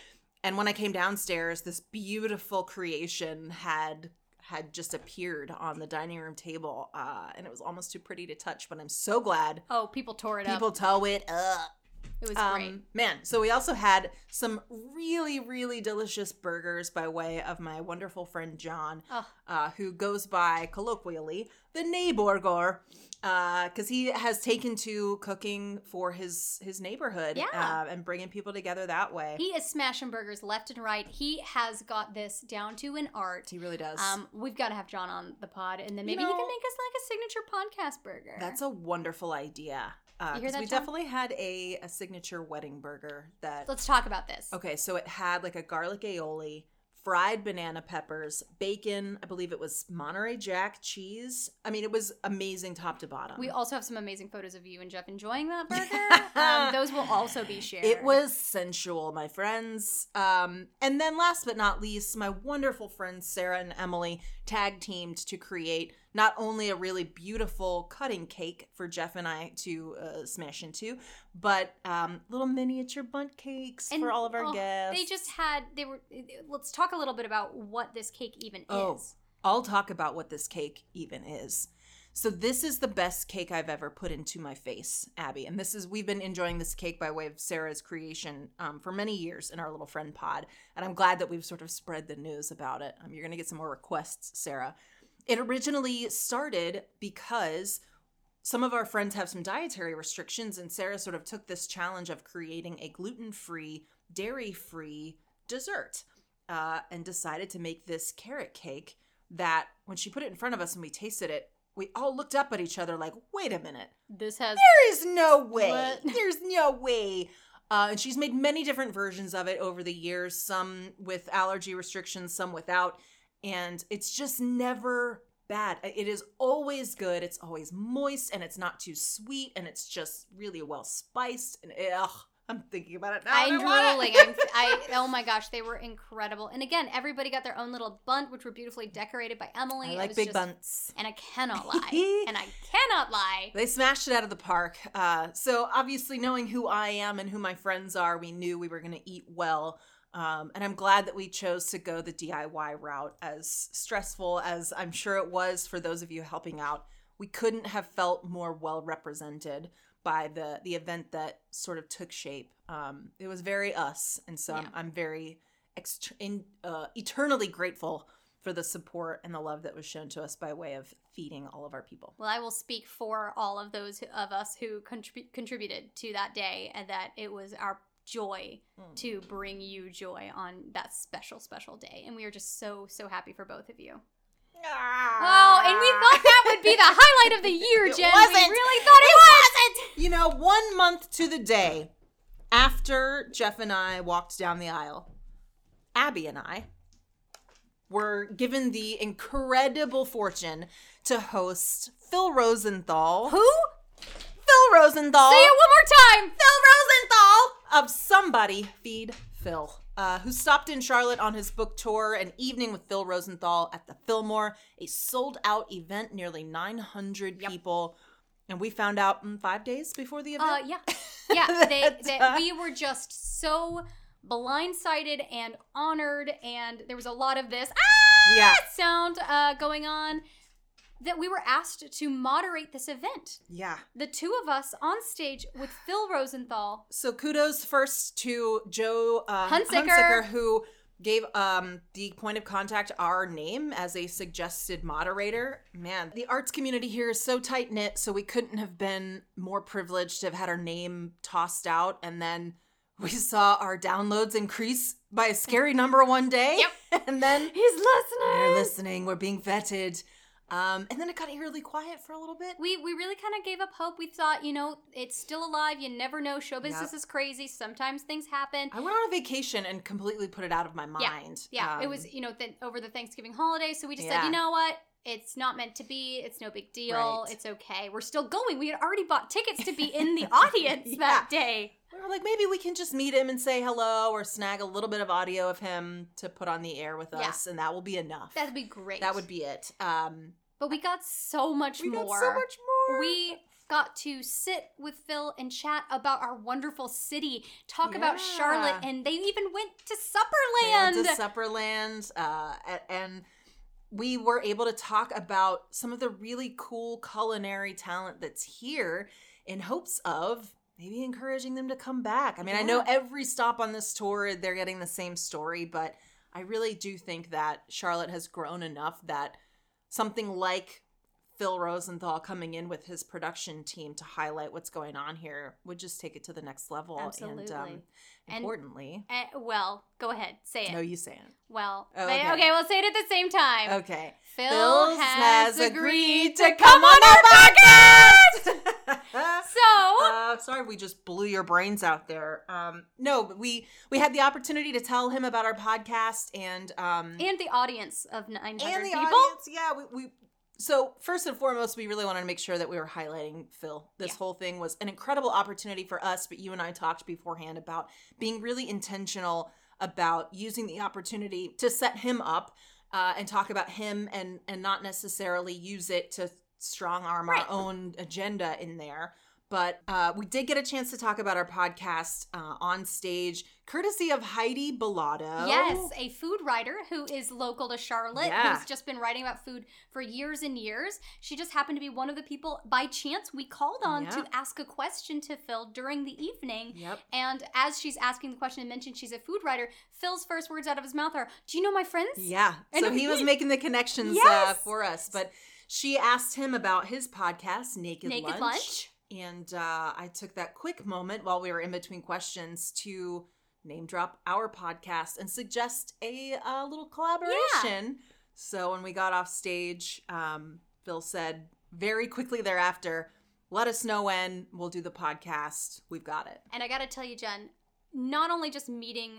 Speaker 5: And when I came downstairs, this beautiful creation had had just appeared on the dining room table. Uh, and it was almost too pretty to touch, but I'm so glad
Speaker 2: Oh, people tore it
Speaker 5: people
Speaker 2: up.
Speaker 5: tow it up.
Speaker 2: It was great.
Speaker 5: Um, man, so we also had some really, really delicious burgers by way of my wonderful friend John,
Speaker 2: Oh.
Speaker 5: uh, who goes by colloquially the neighborgor, because he has taken to cooking for his his neighborhood
Speaker 2: Yeah.
Speaker 5: uh, and bringing people together that way.
Speaker 2: He is smashing burgers left and right. He has got this down to an art.
Speaker 5: He really does.
Speaker 2: Um, we've got to have John on the pod, and then
Speaker 5: You
Speaker 2: maybe he
Speaker 5: know-
Speaker 2: can make us like a signature podcast burger.
Speaker 5: That's a wonderful idea.
Speaker 2: You
Speaker 5: Uh,
Speaker 2: hear
Speaker 5: 'cause
Speaker 2: that,
Speaker 5: we
Speaker 2: John?
Speaker 5: definitely had a, a signature wedding burger that
Speaker 2: Let's talk about this.
Speaker 5: Okay, so it had like a garlic aioli, fried banana peppers, bacon. I believe it was Monterey Jack cheese. I mean, it was amazing top to bottom.
Speaker 2: We also have some amazing photos of you and Jeff enjoying
Speaker 5: [laughs]
Speaker 2: that burger. um, those will also be shared.
Speaker 5: it was sensual, my friends. Um, and then, last but not least, my wonderful friends Sarah and Emily tag teamed to create not only a really beautiful cutting cake for Jeff and I to uh, smash into, but um, little miniature bundt cakes
Speaker 2: And-
Speaker 5: for all of our
Speaker 2: oh,
Speaker 5: guests.
Speaker 2: They just had they were. eh, Let's talk a little bit about what this cake even
Speaker 5: Oh.
Speaker 2: is.
Speaker 5: I'll talk about what this cake even is. So this is the best cake I've ever put into my face, Abby. And this is we've been enjoying this cake by way of Sarah's creation um, for many years in our little friend pod, and I'm glad that we've sort of spread the news about it. Um, you're gonna get some more requests, Sarah. It originally started because some of our friends have some dietary restrictions, and Sarah sort of took this challenge of creating a gluten-free, dairy-free dessert, uh, and decided to make this carrot cake that when she put it in front of us and we tasted it, we all looked up at each other like, wait a minute,
Speaker 2: This has
Speaker 5: there is no way.
Speaker 2: What?
Speaker 5: There's no way. Uh, and she's made many different versions of it over the years, some with allergy restrictions, some without. And it's just never bad. It is always good. It's always moist and it's not too sweet and it's just really well spiced. And ugh, I'm thinking about it now.
Speaker 2: I'm
Speaker 5: and I want
Speaker 2: drooling.
Speaker 5: it.
Speaker 2: I'm,
Speaker 5: [laughs]
Speaker 2: I oh my gosh, they were incredible. And again, everybody got their own little bunt, which were beautifully decorated by Emily.
Speaker 5: I
Speaker 2: It
Speaker 5: like
Speaker 2: was
Speaker 5: big
Speaker 2: just-
Speaker 5: bunts.
Speaker 2: And I
Speaker 5: [laughs]
Speaker 2: cannot lie. and I cannot lie.
Speaker 5: They smashed it out of the park. Uh, so obviously, knowing who I am and who my friends are, we knew we were going to eat well. Um, and I'm glad that we chose to go the DIY route, as stressful as I'm sure it was for those of you helping out. We couldn't have felt more well represented by the the event that sort of took shape. Um, it was very us, and so I'm,
Speaker 2: Yeah.
Speaker 5: I'm very ext- in, uh, eternally grateful for the support and the love that was shown to us by way of feeding all of our people.
Speaker 2: Well, I will speak for all of those who- of us who contrib- contributed to that day, and that it was our joy to bring you joy on that special, special day. And we are just so, so happy for both of you.
Speaker 3: Ah.
Speaker 2: Oh, and we thought that would be the highlight [laughs] of the year,
Speaker 5: It
Speaker 2: Jen.
Speaker 5: wasn't.
Speaker 2: We really thought it, wasn't.
Speaker 5: You know, one month to the day after Jeff and I walked down the aisle, Abby and I were given the incredible fortune to host Phil Rosenthal.
Speaker 2: Who?
Speaker 5: Phil Rosenthal.
Speaker 2: Say it one more time.
Speaker 5: Phil Rosenthal of Somebody Feed Phil, uh, who stopped in Charlotte on his book tour, an evening with Phil Rosenthal at the Fillmore, a sold out event, nearly 900 people. And we found out mm, five days before the event.
Speaker 2: Uh, [laughs] yeah, yeah. They,
Speaker 5: That's
Speaker 2: they,
Speaker 5: right.
Speaker 2: we were just so blindsided and honored, and there was a lot of this
Speaker 5: yeah.
Speaker 2: ah, sound uh, going on that we were asked to moderate this event.
Speaker 5: Yeah.
Speaker 2: The two of us on stage with Phil Rosenthal.
Speaker 5: So kudos first to Joe uh,
Speaker 2: Hunsicker.
Speaker 5: who gave um, the point of contact our name as a suggested moderator. Man, the arts community here is so tight knit, so we couldn't have been more privileged to have had our name tossed out, and then we saw our downloads increase by a scary number one day. Yep, [laughs] and then
Speaker 2: He's listening.
Speaker 5: they're listening. We're being vetted. Um, and then it got eerily quiet for a little bit.
Speaker 2: We, we really kind of gave up hope. We thought, you know, it's still alive. You never know. Show business
Speaker 5: Yep.
Speaker 2: is crazy. Sometimes things happen.
Speaker 5: I went on a vacation and completely put it out of my mind.
Speaker 2: Yeah, it
Speaker 5: Um,
Speaker 2: was you know th- over the Thanksgiving holiday, so we just said,
Speaker 5: Yeah.
Speaker 2: you know what, it's not meant to be. It's no big deal.
Speaker 5: Right.
Speaker 2: It's okay. We're still going. We had already bought tickets to be in the audience that day.
Speaker 5: We were like, maybe we can just meet him and say hello or snag a little bit of audio of him to put on the air with
Speaker 2: Yeah.
Speaker 5: us, and that will be enough.
Speaker 2: That'd be great.
Speaker 5: That would be it. Um,
Speaker 2: But we got so much
Speaker 5: we
Speaker 2: more.
Speaker 5: got so much more.
Speaker 2: We got to sit with Phil and chat about our wonderful city, talk about Charlotte,
Speaker 5: Yeah.
Speaker 2: and they even went to
Speaker 5: They went
Speaker 2: Supperland.
Speaker 5: to Supperland, uh, a- and we were able to talk about some of the really cool culinary talent that's here in hopes of maybe encouraging them to come back. I mean, I know every stop on this tour, they're getting the same story, but I really do think that Charlotte has grown enough that something like Phil Rosenthal coming in with his production team to highlight what's going on here would just take it to the next level. And um,
Speaker 2: Absolutely. And-
Speaker 5: importantly,
Speaker 2: Eh, well, go ahead, say it.
Speaker 5: no, you say it.
Speaker 2: well,
Speaker 5: Oh,
Speaker 2: they-
Speaker 5: okay.
Speaker 2: okay. we'll say it at the same time.
Speaker 5: Okay.
Speaker 2: Phil
Speaker 5: Phil
Speaker 2: has, agreed to
Speaker 5: come on our podcast. [laughs]
Speaker 2: so.
Speaker 5: Uh, sorry, we just blew your brains out there. Um, no, but we we had the opportunity to tell him about our podcast and um,
Speaker 2: and the audience of 900
Speaker 5: and the
Speaker 2: people.
Speaker 5: audience. Yeah, we, we so first and foremost, we really wanted to make sure that we were highlighting Phil. This
Speaker 2: Yeah.
Speaker 5: whole thing was an incredible opportunity for us, but you and I talked beforehand about being really intentional about using the opportunity to set him up uh, and talk about him and and not necessarily use it to strong arm
Speaker 2: Right.
Speaker 5: our own agenda in there. But uh, we did get a chance to talk about our podcast uh, on stage, courtesy of Heidi Bellotto.
Speaker 2: Yes, a food writer who is local to Charlotte,
Speaker 5: Oh. Yeah.
Speaker 2: who's just been writing about food for years and years. She just happened to be one of the people by chance we called on
Speaker 5: Yeah.
Speaker 2: to ask a question to Phil during the evening.
Speaker 5: Yep.
Speaker 2: And as she's asking the question and mentioned she's a food writer, Phil's first words out of his mouth are, Do you know my friends?
Speaker 5: Yeah.
Speaker 2: And
Speaker 5: so he was
Speaker 2: we-
Speaker 5: making the connections uh,
Speaker 2: Yes.
Speaker 5: for us. But she asked him about his podcast, Naked,
Speaker 2: Naked
Speaker 5: Lunch.
Speaker 2: Lunch.
Speaker 5: And uh, I took that quick moment while we were in between questions to name drop our podcast and suggest a uh, little collaboration. So when we got off stage, um, Phil said very quickly thereafter, let us know when we'll do the podcast. We've got it.
Speaker 2: And I got to tell you, Jen, not only just meeting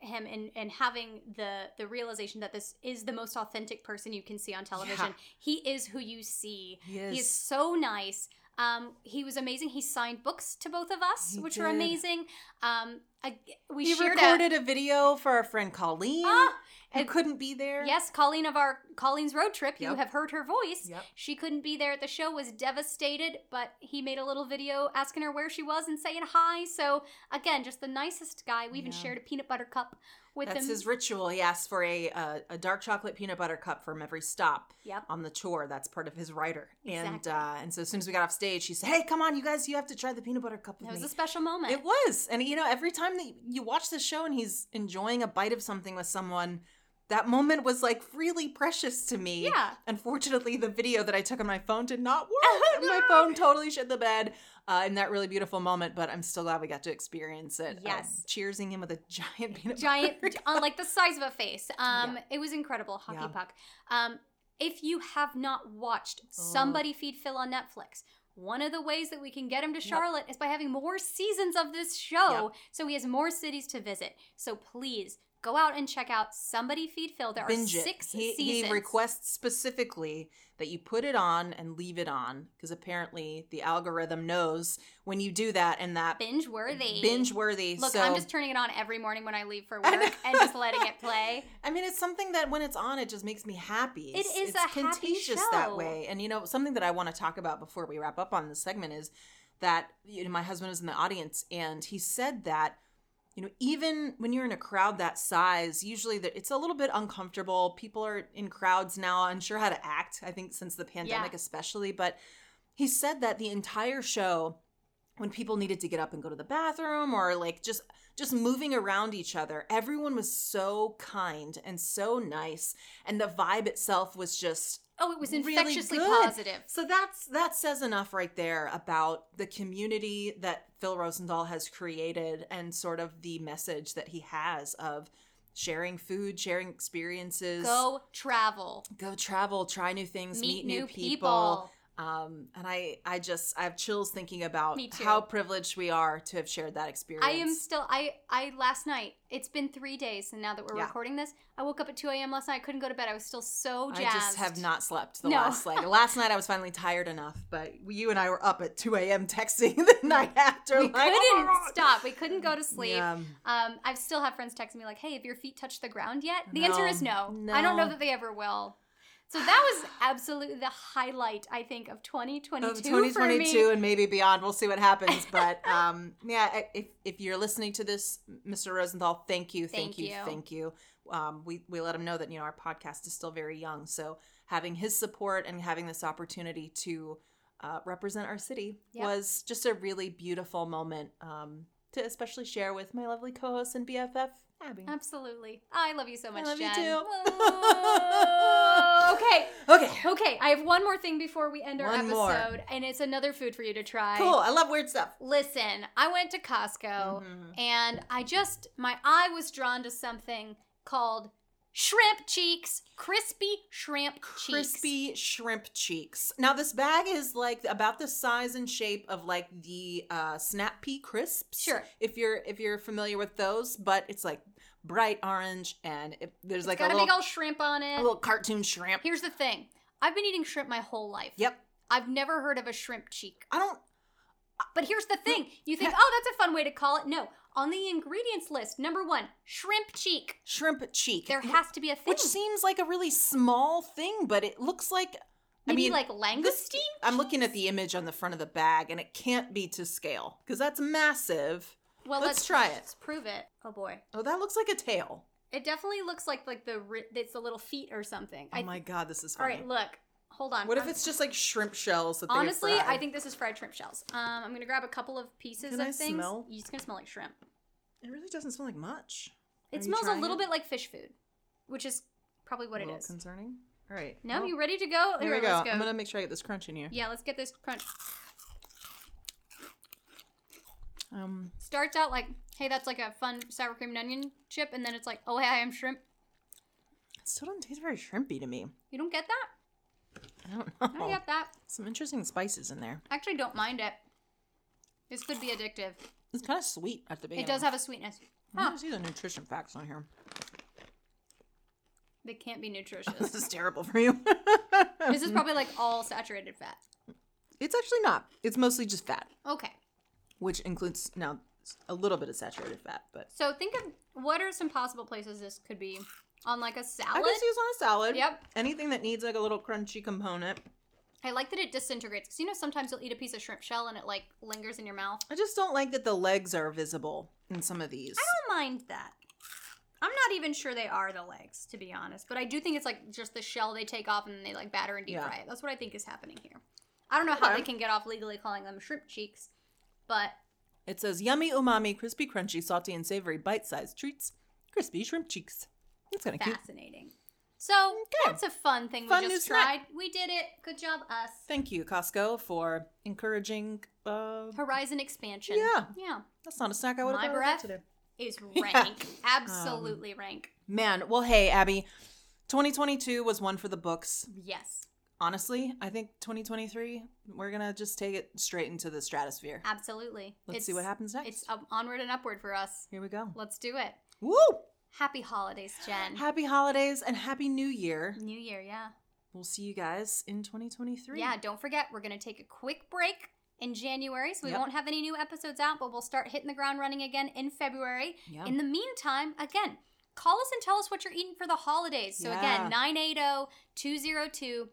Speaker 2: him and, and having the the realization that this is the most authentic person you can see on television.
Speaker 5: Yeah.
Speaker 2: He is who you see.
Speaker 5: He
Speaker 2: He
Speaker 5: is.
Speaker 2: is so nice. Um, he was amazing. He signed books to both of us,
Speaker 5: He
Speaker 2: which were
Speaker 5: did.
Speaker 2: amazing. Um, I, we
Speaker 5: We
Speaker 2: shared
Speaker 5: recorded a video for our friend Colleen,
Speaker 2: Ah,
Speaker 5: who
Speaker 2: and-
Speaker 5: couldn't be
Speaker 2: a
Speaker 5: there.
Speaker 2: yes, Colleen of our Colleen's road trip. You
Speaker 5: Yep.
Speaker 2: have heard her voice.
Speaker 5: Yep.
Speaker 2: She couldn't be there at the show, was devastated, but he made a little video asking her where she was and saying hi. So again, just the nicest guy. We even
Speaker 5: Yeah.
Speaker 2: shared a peanut butter cup with
Speaker 5: That's
Speaker 2: him.
Speaker 5: his ritual. He asks for a, uh, a dark chocolate peanut butter cup from every stop
Speaker 2: Yep.
Speaker 5: on the tour. That's part of his writer. And
Speaker 2: Exactly.
Speaker 5: uh, and so as soon as we got off stage, she said, "Hey, come on, you guys, you have to try the peanut butter cup with
Speaker 2: That was
Speaker 5: me."
Speaker 2: a special moment.
Speaker 5: it was, and you know, every time that you watch the show and he's enjoying a bite of something with someone, that moment was like really precious to me.
Speaker 2: Yeah.
Speaker 5: Unfortunately, the video that I took on my phone
Speaker 2: [laughs]
Speaker 5: did not
Speaker 2: Oh,
Speaker 5: work. my phone totally shit the bed. Uh, in that really beautiful moment, but I'm still glad we got to experience it. Uh,
Speaker 2: Yes.
Speaker 5: cheersing him with a [laughs] giant peanut [laughs]
Speaker 2: giant,
Speaker 5: butter
Speaker 2: uh, like the size of a face. Um,
Speaker 5: Yeah.
Speaker 2: it was incredible. Hockey
Speaker 5: Yeah. Oh.
Speaker 2: puck. Um, if you have not watched Somebody Feed Phil on Netflix, one of the ways that we can get him to Charlotte is by having more seasons of this show, so he has more cities to visit. So please go out and check out Somebody Feed Phil. There
Speaker 5: binge
Speaker 2: are
Speaker 5: it.
Speaker 2: six
Speaker 5: he,
Speaker 2: seasons.
Speaker 5: He requests specifically that you put it on and leave it on because apparently the algorithm knows when you do that and that
Speaker 2: binge worthy.
Speaker 5: binge worthy.
Speaker 2: Look,
Speaker 5: so,
Speaker 2: I'm just turning it on every morning when I leave for
Speaker 5: [laughs] I
Speaker 2: work and just letting it play.
Speaker 5: I mean, it's something that when it's on, it just makes me happy.
Speaker 2: It
Speaker 5: It's-
Speaker 2: is
Speaker 5: it's
Speaker 2: a happy
Speaker 5: contagious that
Speaker 2: show.
Speaker 5: way. And you know, something that I want to talk about before we wrap up on this segment is that you know my husband was in the audience and he said that you know even when you're in a crowd that size usually that it's a little bit uncomfortable people are in crowds now unsure how to act i think since the pandemic
Speaker 2: Yeah.
Speaker 5: especially but he said that the entire show when people needed to get up and go to the bathroom or like just just moving around each other everyone was so kind and so nice and the vibe itself was just
Speaker 2: Oh, it was
Speaker 5: really
Speaker 2: infectiously
Speaker 5: good.
Speaker 2: positive.
Speaker 5: So that's that says enough right there about the community that Phil Rosendahl has created and sort of the message that he has of sharing food, sharing experiences.
Speaker 2: Go travel.
Speaker 5: Go travel, try new things, meet, new, people. Um, and I, I just, I have chills thinking about
Speaker 2: Me too.
Speaker 5: how privileged we are to have shared that experience.
Speaker 2: I am still I I last night. It's been three days, and now that we're
Speaker 5: Yeah.
Speaker 2: recording this, I woke up at two a.m. last night. I couldn't go to bed. I was still so
Speaker 5: I
Speaker 2: jazzed.
Speaker 5: just have not slept the
Speaker 2: No.
Speaker 5: last like last night. I was finally tired enough, but you and I were up at two a.m. texting [laughs] the night after.
Speaker 2: [laughs]
Speaker 5: [laughs]
Speaker 2: We
Speaker 5: like,
Speaker 2: couldn't stop. We couldn't go to sleep.
Speaker 5: Yeah.
Speaker 2: Um, I've still had friends texting me like, "Hey, have your feet touched the ground yet?" The answer
Speaker 5: No.
Speaker 2: is no. I don't know
Speaker 5: No.
Speaker 2: that they ever will. So that was absolutely the highlight, I think, of 2022.
Speaker 5: of
Speaker 2: for me.
Speaker 5: 2022 and maybe beyond. We'll see what [laughs] happens. But um, yeah, I- if, if you're listening to this, Mr. Rosenthal, thank you, thank,
Speaker 2: Thank
Speaker 5: you,
Speaker 2: you.
Speaker 5: thank you. Um, we we let him know that you know our podcast is still very young, so having his support and having this opportunity to uh, represent our city
Speaker 2: Yep.
Speaker 5: was just a really beautiful moment um, to especially share with my lovely co-host and BFF Abby.
Speaker 2: Absolutely. I love you so much,
Speaker 5: love you
Speaker 2: Jen.
Speaker 5: too.
Speaker 2: Whoa. okay.
Speaker 5: [laughs] Okay,
Speaker 2: Okay, I have one more thing before we end our
Speaker 5: One
Speaker 2: episode,
Speaker 5: more.
Speaker 2: and it's another food for you to try.
Speaker 5: cool. I love weird stuff.
Speaker 2: Listen, I went to Costco
Speaker 5: Mhm.
Speaker 2: and I just my eye was drawn to something called shrimp cheeks, crispy shrimp cheeks.
Speaker 5: crispy shrimp cheeks. Now this bag is like about the size and shape of like the uh, snap pea crisps.
Speaker 2: Sure.
Speaker 5: If you're if you're familiar with those, but it's like bright orange and it, there's
Speaker 2: It's
Speaker 5: like a
Speaker 2: got a,
Speaker 5: little,
Speaker 2: big old shrimp on
Speaker 5: a
Speaker 2: it.
Speaker 5: little cartoon shrimp.
Speaker 2: Here's the thing. I've been eating shrimp my whole life.
Speaker 5: Yep.
Speaker 2: I've never heard of a shrimp cheek.
Speaker 5: I don't.
Speaker 2: But here's the thing. You think, "Oh, that's a fun way to call it." No. On the ingredients list, number 1, shrimp cheek.
Speaker 5: Shrimp cheek.
Speaker 2: There has to be a thing.
Speaker 5: which seems like a really small thing, but it looks like. I
Speaker 2: Maybe
Speaker 5: mean,
Speaker 2: like
Speaker 5: this-
Speaker 2: langoustine?
Speaker 5: I'm looking at the image on the front of the bag, and it can't be to scale because that's massive.
Speaker 2: Well,
Speaker 5: let's try it.
Speaker 2: Let's prove it. Oh boy.
Speaker 5: Oh, that looks like a tail.
Speaker 2: It definitely looks like like the ri- it's the little feet or something.
Speaker 5: Oh
Speaker 2: I-
Speaker 5: my god, this is
Speaker 2: All
Speaker 5: funny.
Speaker 2: right, look. Hold on.
Speaker 5: What if
Speaker 2: I'm-
Speaker 5: it's just like shrimp shells? That they
Speaker 2: honestly?
Speaker 5: fried?
Speaker 2: I think this is fried shrimp shells. Um, I'm gonna grab a couple of pieces
Speaker 5: Can
Speaker 2: of
Speaker 5: I
Speaker 2: things.
Speaker 5: smell?
Speaker 2: You're just gonna smell like shrimp.
Speaker 5: it really doesn't smell like much.
Speaker 2: It
Speaker 5: Are you
Speaker 2: smells a
Speaker 5: trying
Speaker 2: little
Speaker 5: it?
Speaker 2: bit like fish food, which is probably what
Speaker 5: a
Speaker 2: it
Speaker 5: little
Speaker 2: is.
Speaker 5: Concerning. All right.
Speaker 2: No,
Speaker 5: well,
Speaker 2: you ready to go?
Speaker 5: Here we
Speaker 2: Here,
Speaker 5: go.
Speaker 2: let's go.
Speaker 5: I'm gonna make sure I get this crunch in here.
Speaker 2: Yeah, let's get this crunch.
Speaker 5: Um.
Speaker 2: Starts out like, hey, that's like a fun sour cream and onion chip, and then it's like, oh, hey, I am shrimp.
Speaker 5: It still doesn't taste very shrimpy to me.
Speaker 2: You don't get that?
Speaker 5: I don't know.
Speaker 2: I don't get that.
Speaker 5: Some interesting spices in there.
Speaker 2: I actually don't mind it. This could be addictive.
Speaker 5: It's kind of sweet at the
Speaker 2: It
Speaker 5: beginning.
Speaker 2: does have a sweetness.
Speaker 5: I
Speaker 2: Huh.
Speaker 5: don't see the nutrition facts on here. [laughs]
Speaker 2: They can't be
Speaker 5: This
Speaker 2: nutritious.
Speaker 5: [laughs] is terrible for you.
Speaker 2: this is probably like all saturated fat.
Speaker 5: it's actually not. It's mostly just fat,
Speaker 2: Okay.
Speaker 5: which includes now a little bit of saturated fat, but
Speaker 2: So think of what are some possible places this could be on like a
Speaker 5: I
Speaker 2: salad.
Speaker 5: could use on a salad.
Speaker 2: Yep.
Speaker 5: Anything that needs like a little crunchy component.
Speaker 2: I like that it disintegrates because you know sometimes you'll eat a piece of shrimp shell and it like lingers in your mouth.
Speaker 5: I just don't like that the legs are visible in some of these.
Speaker 2: I don't mind that. I'm not even sure they are the legs, to be honest. But I do think it's like just the shell they take off and then they like batter and deep
Speaker 5: Yeah.
Speaker 2: fry it. That's what I think is happening here. I don't know how
Speaker 5: Okay.
Speaker 2: they can get off legally calling them shrimp cheeks, but
Speaker 5: It says yummy, umami, crispy, crunchy, salty, and savory bite-sized treats, crispy shrimp cheeks. That's kind of cute.
Speaker 2: fascinating. So
Speaker 5: Okay.
Speaker 2: that's a fun thing
Speaker 5: Fun
Speaker 2: we
Speaker 5: new
Speaker 2: just tried.
Speaker 5: snack.
Speaker 2: We did it. Good job, us.
Speaker 5: Thank you, Costco, for encouraging. Uh,
Speaker 2: Horizon expansion.
Speaker 5: Yeah.
Speaker 2: Yeah.
Speaker 5: that's not a snack I would
Speaker 2: My
Speaker 5: have
Speaker 2: breath.
Speaker 5: today.
Speaker 2: Is rank.
Speaker 5: [laughs] Yeah. Um,
Speaker 2: Absolutely rank.
Speaker 5: Man, well, hey, Abby, 2022 was one for the books.
Speaker 2: Yes.
Speaker 5: Honestly, I think 2023 we're gonna just take it straight into the stratosphere.
Speaker 2: Absolutely.
Speaker 5: Let's see what happens next.
Speaker 2: Uh, It's up, onward and upward for us.
Speaker 5: Here we go.
Speaker 2: Let's do it.
Speaker 5: Woo!
Speaker 2: Happy holidays, Jen.
Speaker 5: Happy holidays and happy New Year.
Speaker 2: New year, yeah.
Speaker 5: We'll see you guys in 2023.
Speaker 2: Yeah, don't forget, we're going to take a quick break in January, so we
Speaker 5: Yep.
Speaker 2: won't have any new episodes out, but we'll start hitting the ground running again in February.
Speaker 5: Yeah.
Speaker 2: In the meantime, again, call us and tell us what you're eating for the holidays. So
Speaker 5: Yeah.
Speaker 2: again, oh, 980 202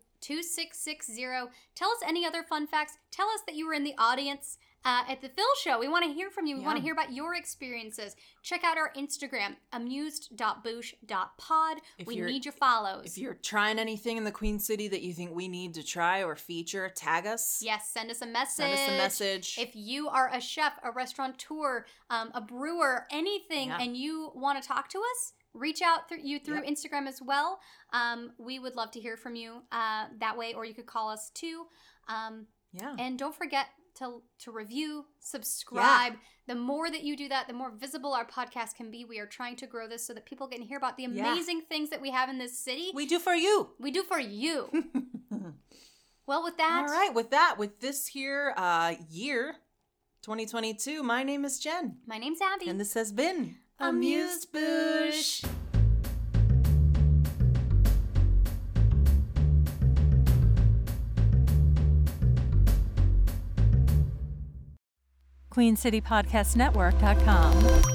Speaker 2: 2660. Tell us any other fun facts. Tell us that you were in the audience uh, at the Phil show. We want to hear from you. We want
Speaker 5: Yeah.
Speaker 2: to hear about your experiences. Check out our Instagram, amused.boosh.pod.
Speaker 5: If
Speaker 2: We
Speaker 5: you're-
Speaker 2: need your follows.
Speaker 5: If you're trying anything in the Queen City that you think we need to try or feature, tag us.
Speaker 2: Yes, send us a message.
Speaker 5: Send us a message.
Speaker 2: If you are a chef, a restaurateur, um, a brewer, anything,
Speaker 5: Yeah.
Speaker 2: and you want to talk to us, reach out through you through
Speaker 5: Yep.
Speaker 2: Instagram as well. Um, we would love to hear from you uh, that way, or you could call us too. Um,
Speaker 5: yeah.
Speaker 2: and don't forget to to review, subscribe. The more that you do that, the more visible our podcast can be. We are trying to grow this so that people can hear about the
Speaker 5: Yeah.
Speaker 2: amazing things that we have in this city. We,
Speaker 5: we do for you.
Speaker 2: do for
Speaker 5: [laughs]
Speaker 2: you. well, with that,
Speaker 5: All right. With that, with this here uh, year, 2022, my name is Jen.
Speaker 2: my name's Abby.
Speaker 5: And this has been
Speaker 2: Amused Boosh.
Speaker 1: QueenCityPodcastNetwork.com.